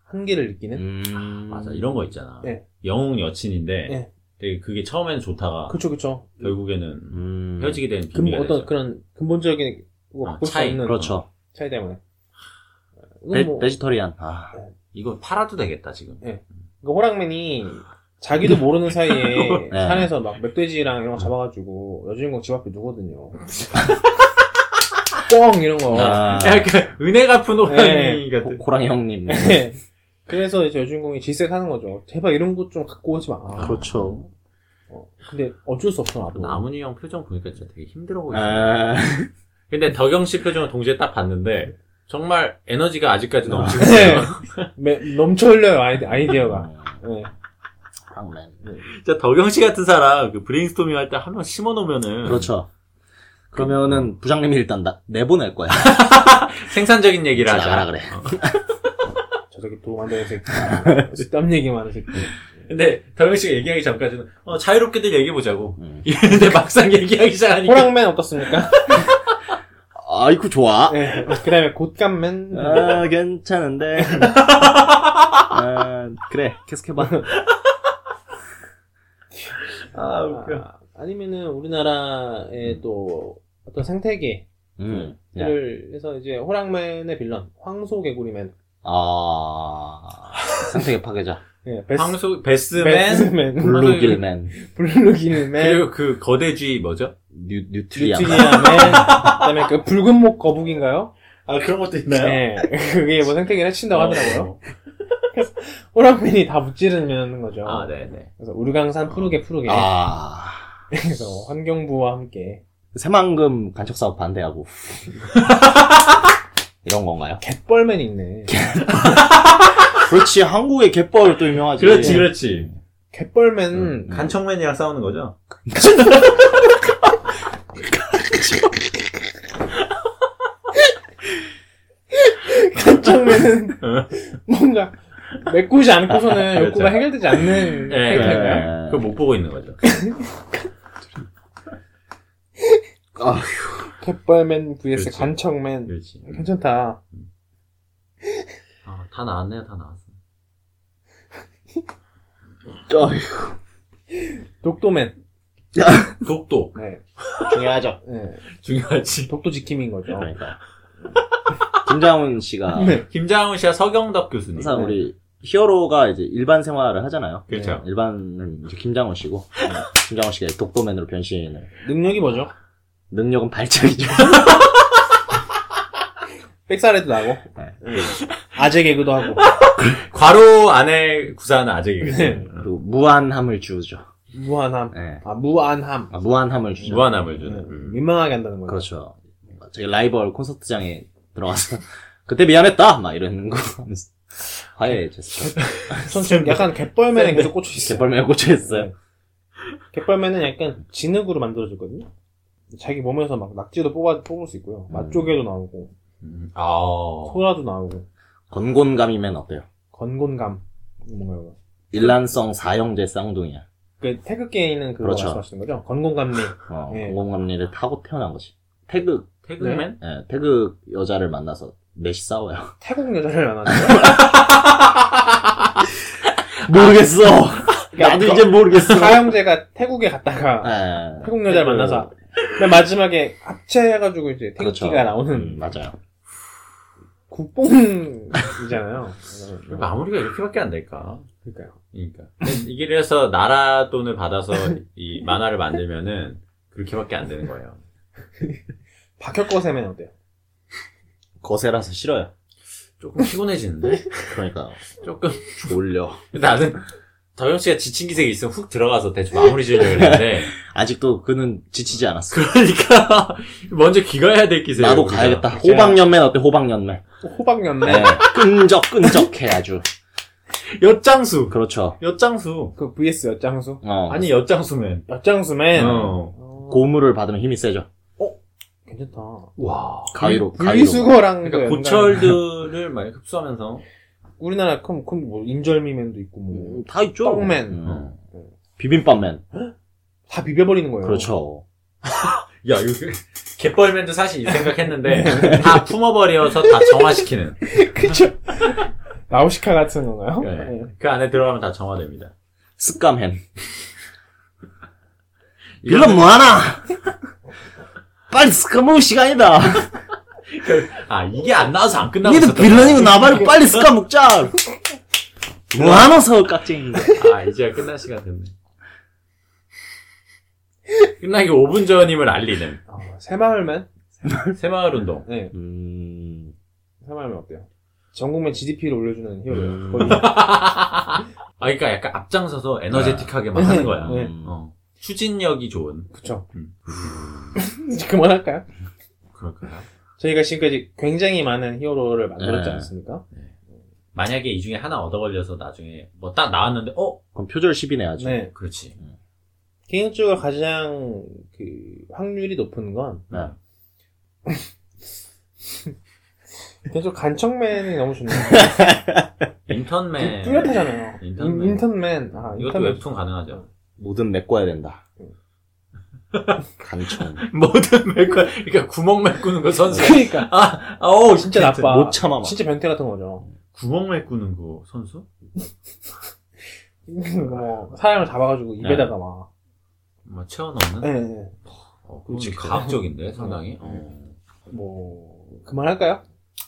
[SPEAKER 1] 한계를 느끼는.
[SPEAKER 3] 음.
[SPEAKER 2] 맞아 이런 거 있잖아
[SPEAKER 1] 예.
[SPEAKER 2] 영웅 여친인데
[SPEAKER 1] 예.
[SPEAKER 2] 되게 그게 처음에는 좋다가
[SPEAKER 1] 그쵸 그쵸.
[SPEAKER 2] 결국에는
[SPEAKER 3] 음.
[SPEAKER 2] 헤어지게 되는
[SPEAKER 1] 근
[SPEAKER 2] 비밀이
[SPEAKER 1] 어떤
[SPEAKER 2] 되죠
[SPEAKER 1] 그런 근본적인 거
[SPEAKER 2] 아,
[SPEAKER 1] 바꿀 수
[SPEAKER 2] 차이,
[SPEAKER 1] 없는
[SPEAKER 3] 그렇죠.
[SPEAKER 1] 차이 때문에.
[SPEAKER 3] 베,
[SPEAKER 1] 이건 뭐,
[SPEAKER 3] 베지터리안. 아.
[SPEAKER 2] 이거 팔아도 되겠다 지금
[SPEAKER 1] 그 호랑맨이 자기도 모르는 사이에
[SPEAKER 3] 네.
[SPEAKER 1] 산에서 막 멧돼지랑 이런 거 잡아가지고 여주인공 집 앞에 누거든요. 뻥 이런 거.
[SPEAKER 3] 아.
[SPEAKER 2] 약간 은혜 갚은 예.
[SPEAKER 1] 호랑이
[SPEAKER 3] 호- 호랑이 형님.
[SPEAKER 1] 네. 그래서 이제 여주인공이 질색 하는 거죠. 제발 이런 것 좀 갖고 오지 마.
[SPEAKER 3] 그렇죠.
[SPEAKER 1] 어, 근데 어쩔 수 없어 나도.
[SPEAKER 2] 그 나문이 형 표정 보니까 진짜 되게 힘들어
[SPEAKER 1] 뭐,
[SPEAKER 2] 보이어
[SPEAKER 3] 아.
[SPEAKER 2] 근데 덕영 씨 표정을 동시에 딱 봤는데 정말 에너지가 아직까지 넘치고
[SPEAKER 1] 네.
[SPEAKER 2] 있어요
[SPEAKER 1] 매- 넘쳐 흘려요 아이디, 아이디어가. 네.
[SPEAKER 3] 음, 호랑맨.
[SPEAKER 2] 진짜 덕영 씨 같은 사람 그 브레인스토밍 할 때 한 명 심어놓으면은
[SPEAKER 3] 그렇죠. 그러면은 부장님이 일단 나, 내보낼 거야.
[SPEAKER 2] 생산적인 얘기를 하자
[SPEAKER 3] 나가라 그래.
[SPEAKER 1] 저 새끼 도움 안 되는 새끼. 땀 얘기만 하는 새끼.
[SPEAKER 2] 근데 덕영 씨가 얘기하기 전까지는 어, 자유롭게들 얘기해보자고
[SPEAKER 3] 음.
[SPEAKER 2] 이랬는데 막상 얘기하기 시작하니까
[SPEAKER 1] 호랑맨 어떻습니까?
[SPEAKER 3] 아이쿠 좋아.
[SPEAKER 1] 네. 그 다음에 곶감맨.
[SPEAKER 3] 아 괜찮은데. 아, 그래 계속해봐.
[SPEAKER 2] 아, 웃겨.
[SPEAKER 1] 아, 아니면은 우리나라의 또 어떤 생태계를
[SPEAKER 3] 음. 야.
[SPEAKER 1] 네.
[SPEAKER 2] 네.
[SPEAKER 1] 해서 이제 호랑맨의 빌런 황소개구리맨
[SPEAKER 3] 아, 상태계 파괴자.
[SPEAKER 1] 예, 베스,
[SPEAKER 2] 황소 베스맨
[SPEAKER 1] 베스맨
[SPEAKER 3] 블루길맨.
[SPEAKER 1] 블루길맨
[SPEAKER 2] 그리고 그 거대쥐 뭐죠?
[SPEAKER 3] 뉴, 뉴트리아.
[SPEAKER 1] 뉴트리아맨 그다음에 그 붉은 목 거북인가요?
[SPEAKER 2] 아 그런 것도
[SPEAKER 1] 네 그게 뭐 생태계를
[SPEAKER 2] 어.
[SPEAKER 1] 해친다고 하더라고요 호랑맨이 다 무찌르는 거죠
[SPEAKER 2] 아 네네.
[SPEAKER 1] 그래서 우르강산 푸르게 푸르게
[SPEAKER 3] 아,
[SPEAKER 1] 그래서 환경부와 함께
[SPEAKER 3] 새만금 간척 사업 반대하고. 이런 건가요?
[SPEAKER 1] 갯벌맨 있네
[SPEAKER 3] 그렇지, 한국의 갯벌 또 유명하지.
[SPEAKER 2] 그렇지 그렇지.
[SPEAKER 1] 갯벌맨
[SPEAKER 3] 음.
[SPEAKER 2] 간청맨이랑 싸우는 거죠?
[SPEAKER 1] 간장맨은 뭔가 메꾸지 않고서는 욕구가 해결되지 않는
[SPEAKER 2] 네,
[SPEAKER 1] 캐릭터인가요?
[SPEAKER 3] 네.
[SPEAKER 2] 그걸 못 보고 있는 거죠.
[SPEAKER 1] 갯벌맨 vs
[SPEAKER 2] 그렇지.
[SPEAKER 1] 간청맨
[SPEAKER 2] 그렇지.
[SPEAKER 1] 괜찮다
[SPEAKER 2] 아다 나왔네요 다 나왔어.
[SPEAKER 3] 어휴,
[SPEAKER 1] 독도맨
[SPEAKER 2] 독도
[SPEAKER 1] 네,
[SPEAKER 3] 중요하죠.
[SPEAKER 1] 네.
[SPEAKER 2] 중요하지.
[SPEAKER 1] 독도 지킴인 거죠
[SPEAKER 3] 그러니까. 김장훈 씨가.
[SPEAKER 1] 네.
[SPEAKER 2] 김장훈 씨와 서경덕 교수님.
[SPEAKER 3] 항상 우리 히어로가 이제 일반 생활을 하잖아요. 네,
[SPEAKER 2] 그렇죠.
[SPEAKER 3] 일반은 이제 김장훈 씨고, 김장훈 씨가 이제 독도맨으로 변신을.
[SPEAKER 1] 능력이 뭐죠?
[SPEAKER 3] 능력은 발작이죠.
[SPEAKER 1] 백살에도 나고 음,
[SPEAKER 3] 네.
[SPEAKER 1] 아재 개그도 하고
[SPEAKER 2] 과로 안에 구사하는 아재기겠죠.
[SPEAKER 1] 네.
[SPEAKER 3] 그리고 무한함을 주죠.
[SPEAKER 1] 무한함
[SPEAKER 3] 네.
[SPEAKER 1] 아 무한함
[SPEAKER 3] 아, 무한함을 주죠.
[SPEAKER 2] 무한함을
[SPEAKER 1] 네.
[SPEAKER 2] 주는. 음.
[SPEAKER 1] 민망하게 한다는 거죠
[SPEAKER 3] 그렇죠. 저기 라이벌 콘서트장에 들어가서, 그때 미안했다! 막 이러는 거 하면서. 화해 제스처.
[SPEAKER 1] 전 지금 약간 갯벌맨에 계속 꽂혀 있어요
[SPEAKER 3] 재벌 매고 했어요.
[SPEAKER 1] 네. 갯벌맨은 약간 진흙으로 만들어졌거든요 자기 몸에서 막 낙지도 뽑아, 뽑을 수 있고요 맛조개도 나오고
[SPEAKER 2] 음. 아.
[SPEAKER 1] 소라도 나오고
[SPEAKER 3] 건곤감이면 어때요?
[SPEAKER 1] 건곤감 뭔가요?
[SPEAKER 3] 일란성 사형제 쌍둥이야.
[SPEAKER 1] 그 태극기에는 그거
[SPEAKER 3] 그렇죠.
[SPEAKER 1] 말씀하시는 거죠? 건곤감리
[SPEAKER 3] 어,
[SPEAKER 1] 네.
[SPEAKER 3] 건곤감리를 타고 태어난 거지. 태극
[SPEAKER 2] 태그맨?
[SPEAKER 3] 예, 태극 여자를 만나서 넷이 싸워요.
[SPEAKER 1] 태국 여자를 만났는데
[SPEAKER 3] 모르겠어. 나도 이제 모르겠어.
[SPEAKER 1] 그러니까 그 사형제가 태국에 갔다가
[SPEAKER 3] 예.
[SPEAKER 1] 태국 여자를
[SPEAKER 2] 태국.
[SPEAKER 1] 만나서 맨 마지막에 합체해가지고 이제 태극기가
[SPEAKER 3] 그렇죠. 음,
[SPEAKER 1] 나오는
[SPEAKER 3] 맞아요.
[SPEAKER 1] 국뽕이잖아요.
[SPEAKER 2] 왜 마무리가 이렇게밖에 안 될까?
[SPEAKER 1] 그러니까요.
[SPEAKER 2] 그러니까. 이게 그래서 나라 돈을 받아서 이 만화를 만들면은 그렇게밖에 안 되는 거예요.
[SPEAKER 1] 박혁거세면 어때요?
[SPEAKER 3] 거세라서 싫어요.
[SPEAKER 2] 조금 피곤해지는데?
[SPEAKER 3] 그러니까
[SPEAKER 2] 조금.
[SPEAKER 3] 졸려.
[SPEAKER 2] 나는 더영 씨가 지친 기색이 있으면 훅 들어가서 대충 마무리 지으려고 했는데.
[SPEAKER 3] 아직도 그는 지치지 않았어.
[SPEAKER 2] 그러니까. 먼저 귀가해야 될 기세예요.
[SPEAKER 3] 나도
[SPEAKER 2] 우리가.
[SPEAKER 3] 가야겠다. 호박연맨 어때? 호박연맨.
[SPEAKER 1] 호박연네
[SPEAKER 3] 그렇죠. 네. 끈적끈적해 아주.
[SPEAKER 2] 엿장수.
[SPEAKER 3] 그렇죠.
[SPEAKER 2] 엿장수.
[SPEAKER 1] 그 vs 엿장수
[SPEAKER 3] 어.
[SPEAKER 2] 아니, 엿장수면.
[SPEAKER 1] 엿장수맨
[SPEAKER 2] 어.
[SPEAKER 1] 어,
[SPEAKER 3] 고무를 받으면 힘이 세죠.
[SPEAKER 1] 괜찮다.
[SPEAKER 2] 와.
[SPEAKER 3] 가위로 가위로.
[SPEAKER 1] 분리수거랑
[SPEAKER 2] 그러니까 고철들을 많이 흡수하면서.
[SPEAKER 1] 우리나라 큰, 큰뭐 인절미맨도 있고 뭐
[SPEAKER 3] 음,
[SPEAKER 1] 다
[SPEAKER 3] 다 있죠.
[SPEAKER 1] 떡맨.
[SPEAKER 3] 음. 비빔밥맨.
[SPEAKER 1] 비벼버리는 거예요.
[SPEAKER 3] 그렇죠.
[SPEAKER 2] 야, 이거. 갯벌맨도 사실 이 생각했는데, 다 품어버려서 다 정화시키는.
[SPEAKER 1] 그쵸. 나우시카 같은 건가요?
[SPEAKER 2] 네. 그 안에 들어가면 다 정화됩니다.
[SPEAKER 3] 습감맨. 빌런 뭐하나? 빨리 습감먹을 시간이다.
[SPEAKER 2] 아, 이게 안 나와서 안 끝나고
[SPEAKER 3] 니들
[SPEAKER 2] 있었던
[SPEAKER 3] 빌런이고 나발이 빨리 습감 먹자. 뭐하노 서울 깍쟁인데.
[SPEAKER 2] 거야. 아, 이제야 끝날 시간 됐네. 끝나기 5분 전임을 알리는
[SPEAKER 1] 어, 새마을맨?
[SPEAKER 2] 새마을운동.
[SPEAKER 1] 네,
[SPEAKER 3] 음,
[SPEAKER 1] 새마을맨 어때요? 전국민 GDP를 올려주는 히어로예요.
[SPEAKER 3] 음.
[SPEAKER 1] 거의.
[SPEAKER 2] 아, 그러니까 약간 앞장서서 에너제틱하게만 하는 거야.
[SPEAKER 1] 네.
[SPEAKER 2] 어. 추진력이 좋은.
[SPEAKER 1] 그쵸.
[SPEAKER 2] 음.
[SPEAKER 1] 이제 그만할까요?
[SPEAKER 2] 그럴까요?
[SPEAKER 1] 저희가 지금까지 굉장히 많은 히어로를 만들었지
[SPEAKER 3] 네.
[SPEAKER 1] 않습니까?
[SPEAKER 2] 만약에 이 중에 하나 얻어 걸려서 나중에 뭐 딱 나왔는데, 어?
[SPEAKER 3] 그럼 표절 10이네 아주.
[SPEAKER 2] 그렇죠.
[SPEAKER 1] 네.
[SPEAKER 2] 그렇지.
[SPEAKER 1] 개인적으로 가장 그 확률이 높은 건
[SPEAKER 3] 네.
[SPEAKER 2] 음.
[SPEAKER 1] 계속 간척맨이 너무 좋네요. 네.
[SPEAKER 2] 인턴맨.
[SPEAKER 1] 뚜렷하잖아요.
[SPEAKER 2] 네.
[SPEAKER 1] 인-
[SPEAKER 2] 인턴맨.
[SPEAKER 1] 인턴맨. 아,
[SPEAKER 2] 이것도
[SPEAKER 1] 인턴맨.
[SPEAKER 2] 웹툰 가능하죠.
[SPEAKER 3] 뭐든 메꿔야 된다. 간청.
[SPEAKER 2] 뭐든 메꿔, 그러니까 구멍 메꾸는 거 선수.
[SPEAKER 1] 그러니까
[SPEAKER 2] 아, 아, 오,
[SPEAKER 1] 진짜 나빠.
[SPEAKER 3] 못 참아. 막.
[SPEAKER 1] 진짜 변태 같은 거죠.
[SPEAKER 2] 구멍 메꾸는 거 선수? 네.
[SPEAKER 1] 뭐 사람을 잡아가지고 입에다가 막
[SPEAKER 2] 뭐 채워넣는?
[SPEAKER 1] 예, 예.
[SPEAKER 2] 어, 그건
[SPEAKER 1] 그렇지.
[SPEAKER 2] 가학적인데 상당히. 어.
[SPEAKER 1] 뭐 그만할까요?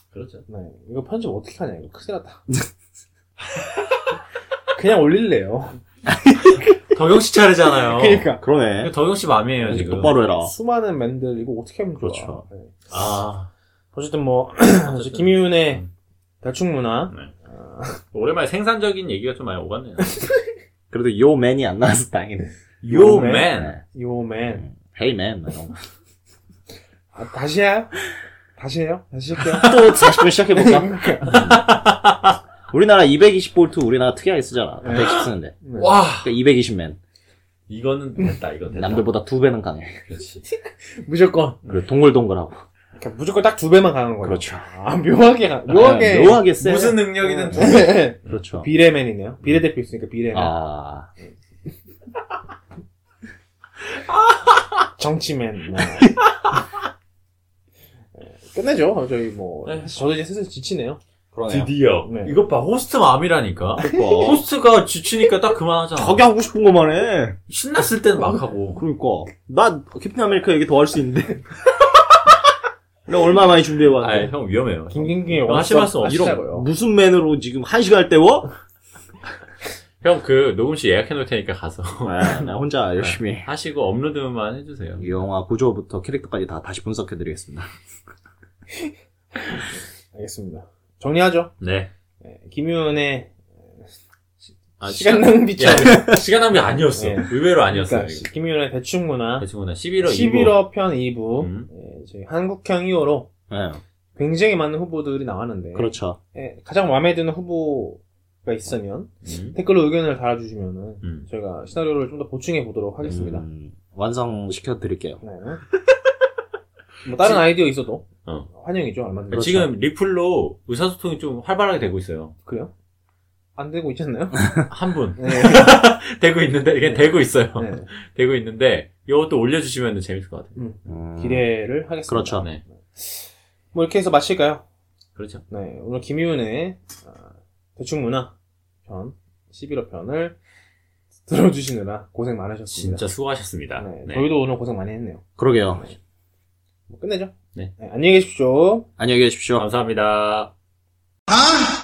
[SPEAKER 2] 그렇죠.
[SPEAKER 1] 네. 이거 편집 어떻게 하냐 이거 큰일 났다. 그냥 올릴래요.
[SPEAKER 2] 덕영 씨 차례잖아요.
[SPEAKER 1] 그러니까
[SPEAKER 3] 그러네.
[SPEAKER 2] 덕영 씨 맘이에요 지금.
[SPEAKER 3] 똑바로 해라.
[SPEAKER 1] 수많은 맨들 이거 어떻게 하면 좋아?
[SPEAKER 3] 그렇죠.
[SPEAKER 1] 네.
[SPEAKER 2] 아
[SPEAKER 1] 어쨌든 뭐 이제 김희훈의 대충 문화
[SPEAKER 2] 네. 오랜만에 생산적인 얘기가 좀 많이 오갔네요.
[SPEAKER 3] 그래도 요 맨이 안 나와서 다행이네.
[SPEAKER 2] 요맨.
[SPEAKER 3] 네.
[SPEAKER 1] 요맨
[SPEAKER 3] 헤이 맨. 뭐 이런 거.
[SPEAKER 1] 음. 아, 다시 해요? 다시 해요? 다시 할게요. 네.
[SPEAKER 3] 또 40분 시작해볼까? 우리나라 220볼트 우리나라 특이하게 쓰잖아. 110 쓰는데.
[SPEAKER 1] 네.
[SPEAKER 2] 와
[SPEAKER 3] 그러니까 220맨.
[SPEAKER 2] 이거는 됐다 이거 됐다.
[SPEAKER 3] 남들보다 두 배는 강해.
[SPEAKER 2] 그렇지.
[SPEAKER 1] 무조건
[SPEAKER 3] 그리고 동글동글하고.
[SPEAKER 1] 그러니까 무조건 딱 두 배만 가는 거예요.
[SPEAKER 3] 그렇죠.
[SPEAKER 1] 아 묘하게 가- 묘하게
[SPEAKER 3] 아, 묘하게 세.
[SPEAKER 2] 무슨 능력이든 두-
[SPEAKER 1] 네.
[SPEAKER 3] 그렇죠.
[SPEAKER 1] 비례맨이네요. 비례대표 있으니까 비례맨.
[SPEAKER 3] 아.
[SPEAKER 1] 정치맨. 뭐. 네, 끝내죠. 저희 뭐
[SPEAKER 2] 네.
[SPEAKER 1] 저도 이제 슬슬 지치네요.
[SPEAKER 3] 그러네요.
[SPEAKER 2] 드디어.
[SPEAKER 1] 네.
[SPEAKER 2] 이것 봐 호스트 맘이라니까.
[SPEAKER 3] 그러니까.
[SPEAKER 2] 호스트가 지치니까 딱 그만하잖아.
[SPEAKER 3] 자기 하고 싶은 것만 해.
[SPEAKER 2] 신났을 때는 막 하고.
[SPEAKER 3] 그러니까. 나 캡틴 아메리카 얘기 더 할 수 있는데. 내가 얼마 많이
[SPEAKER 2] 아이
[SPEAKER 3] 준비해봤는데.
[SPEAKER 2] 형 위험해요.
[SPEAKER 1] 김김기의
[SPEAKER 2] 형, 아, 하실 말씀
[SPEAKER 1] 없으시고요.
[SPEAKER 3] 무슨 맨으로 지금 한 시간 때워?
[SPEAKER 2] 형 그 녹음실 예약해 놓을 테니까 가서
[SPEAKER 3] 아, 나 혼자 열심히 해.
[SPEAKER 2] 하시고 업로드만 해주세요.
[SPEAKER 3] 이 영화 구조부터 캐릭터까지 다 다시 분석해드리겠습니다.
[SPEAKER 1] 알겠습니다. 정리하죠.
[SPEAKER 2] 네.
[SPEAKER 1] 네, 김윤의
[SPEAKER 2] 아,
[SPEAKER 1] 시간 낭비처럼.
[SPEAKER 2] 야, 시간 낭비 아니었어.
[SPEAKER 1] 예.
[SPEAKER 2] 의외로 아니었어요.
[SPEAKER 1] 그러니까 김윤의 대충 문화
[SPEAKER 2] 그 친구는 11월 2일
[SPEAKER 1] 11화 편 2부
[SPEAKER 2] 음.
[SPEAKER 1] 저희 한국형 2호로
[SPEAKER 3] 네.
[SPEAKER 1] 굉장히 많은 후보들이 나왔는데
[SPEAKER 3] 그렇죠.
[SPEAKER 1] 예, 가장 마음에 드는 후보가 있으면 댓글로 의견을 달아주시면은
[SPEAKER 2] 음.
[SPEAKER 1] 저희가 시나리오를 좀 더 보충해 보도록 하겠습니다.
[SPEAKER 3] 음, 완성시켜드릴게요.
[SPEAKER 1] 네. 뭐 다른 아이디어 있어도
[SPEAKER 2] 어.
[SPEAKER 1] 환영이죠 얼마든지.
[SPEAKER 3] 그렇죠.
[SPEAKER 2] 지금 리플로 의사소통이 좀 활발하게 되고 있어요.
[SPEAKER 1] 그래요? 안 되고 있었나요?
[SPEAKER 2] 한 분.
[SPEAKER 1] 네.
[SPEAKER 2] 되고 있는데, 이게 되고 있어요.
[SPEAKER 1] 네.
[SPEAKER 2] 되고 있는데, 이것도 올려주시면 재밌을 것 같아요.
[SPEAKER 3] 음,
[SPEAKER 1] 기대를 하겠습니다.
[SPEAKER 3] 그렇죠.
[SPEAKER 2] 네.
[SPEAKER 1] 뭐 이렇게 해서 마칠까요?
[SPEAKER 2] 그렇죠.
[SPEAKER 1] 네. 오늘 김희훈의 아, 대충 문화 편 11호 편을 들어주시느라 고생 많으셨습니다.
[SPEAKER 2] 진짜 수고하셨습니다.
[SPEAKER 1] 네,
[SPEAKER 2] 네.
[SPEAKER 1] 저희도 오늘 고생 많이 했네요.
[SPEAKER 3] 그러게요.
[SPEAKER 1] 뭐 끝내죠.
[SPEAKER 2] 네.
[SPEAKER 1] 안녕히 계십시오.
[SPEAKER 3] 안녕히 계십시오.
[SPEAKER 2] 감사합니다.
[SPEAKER 4] 아!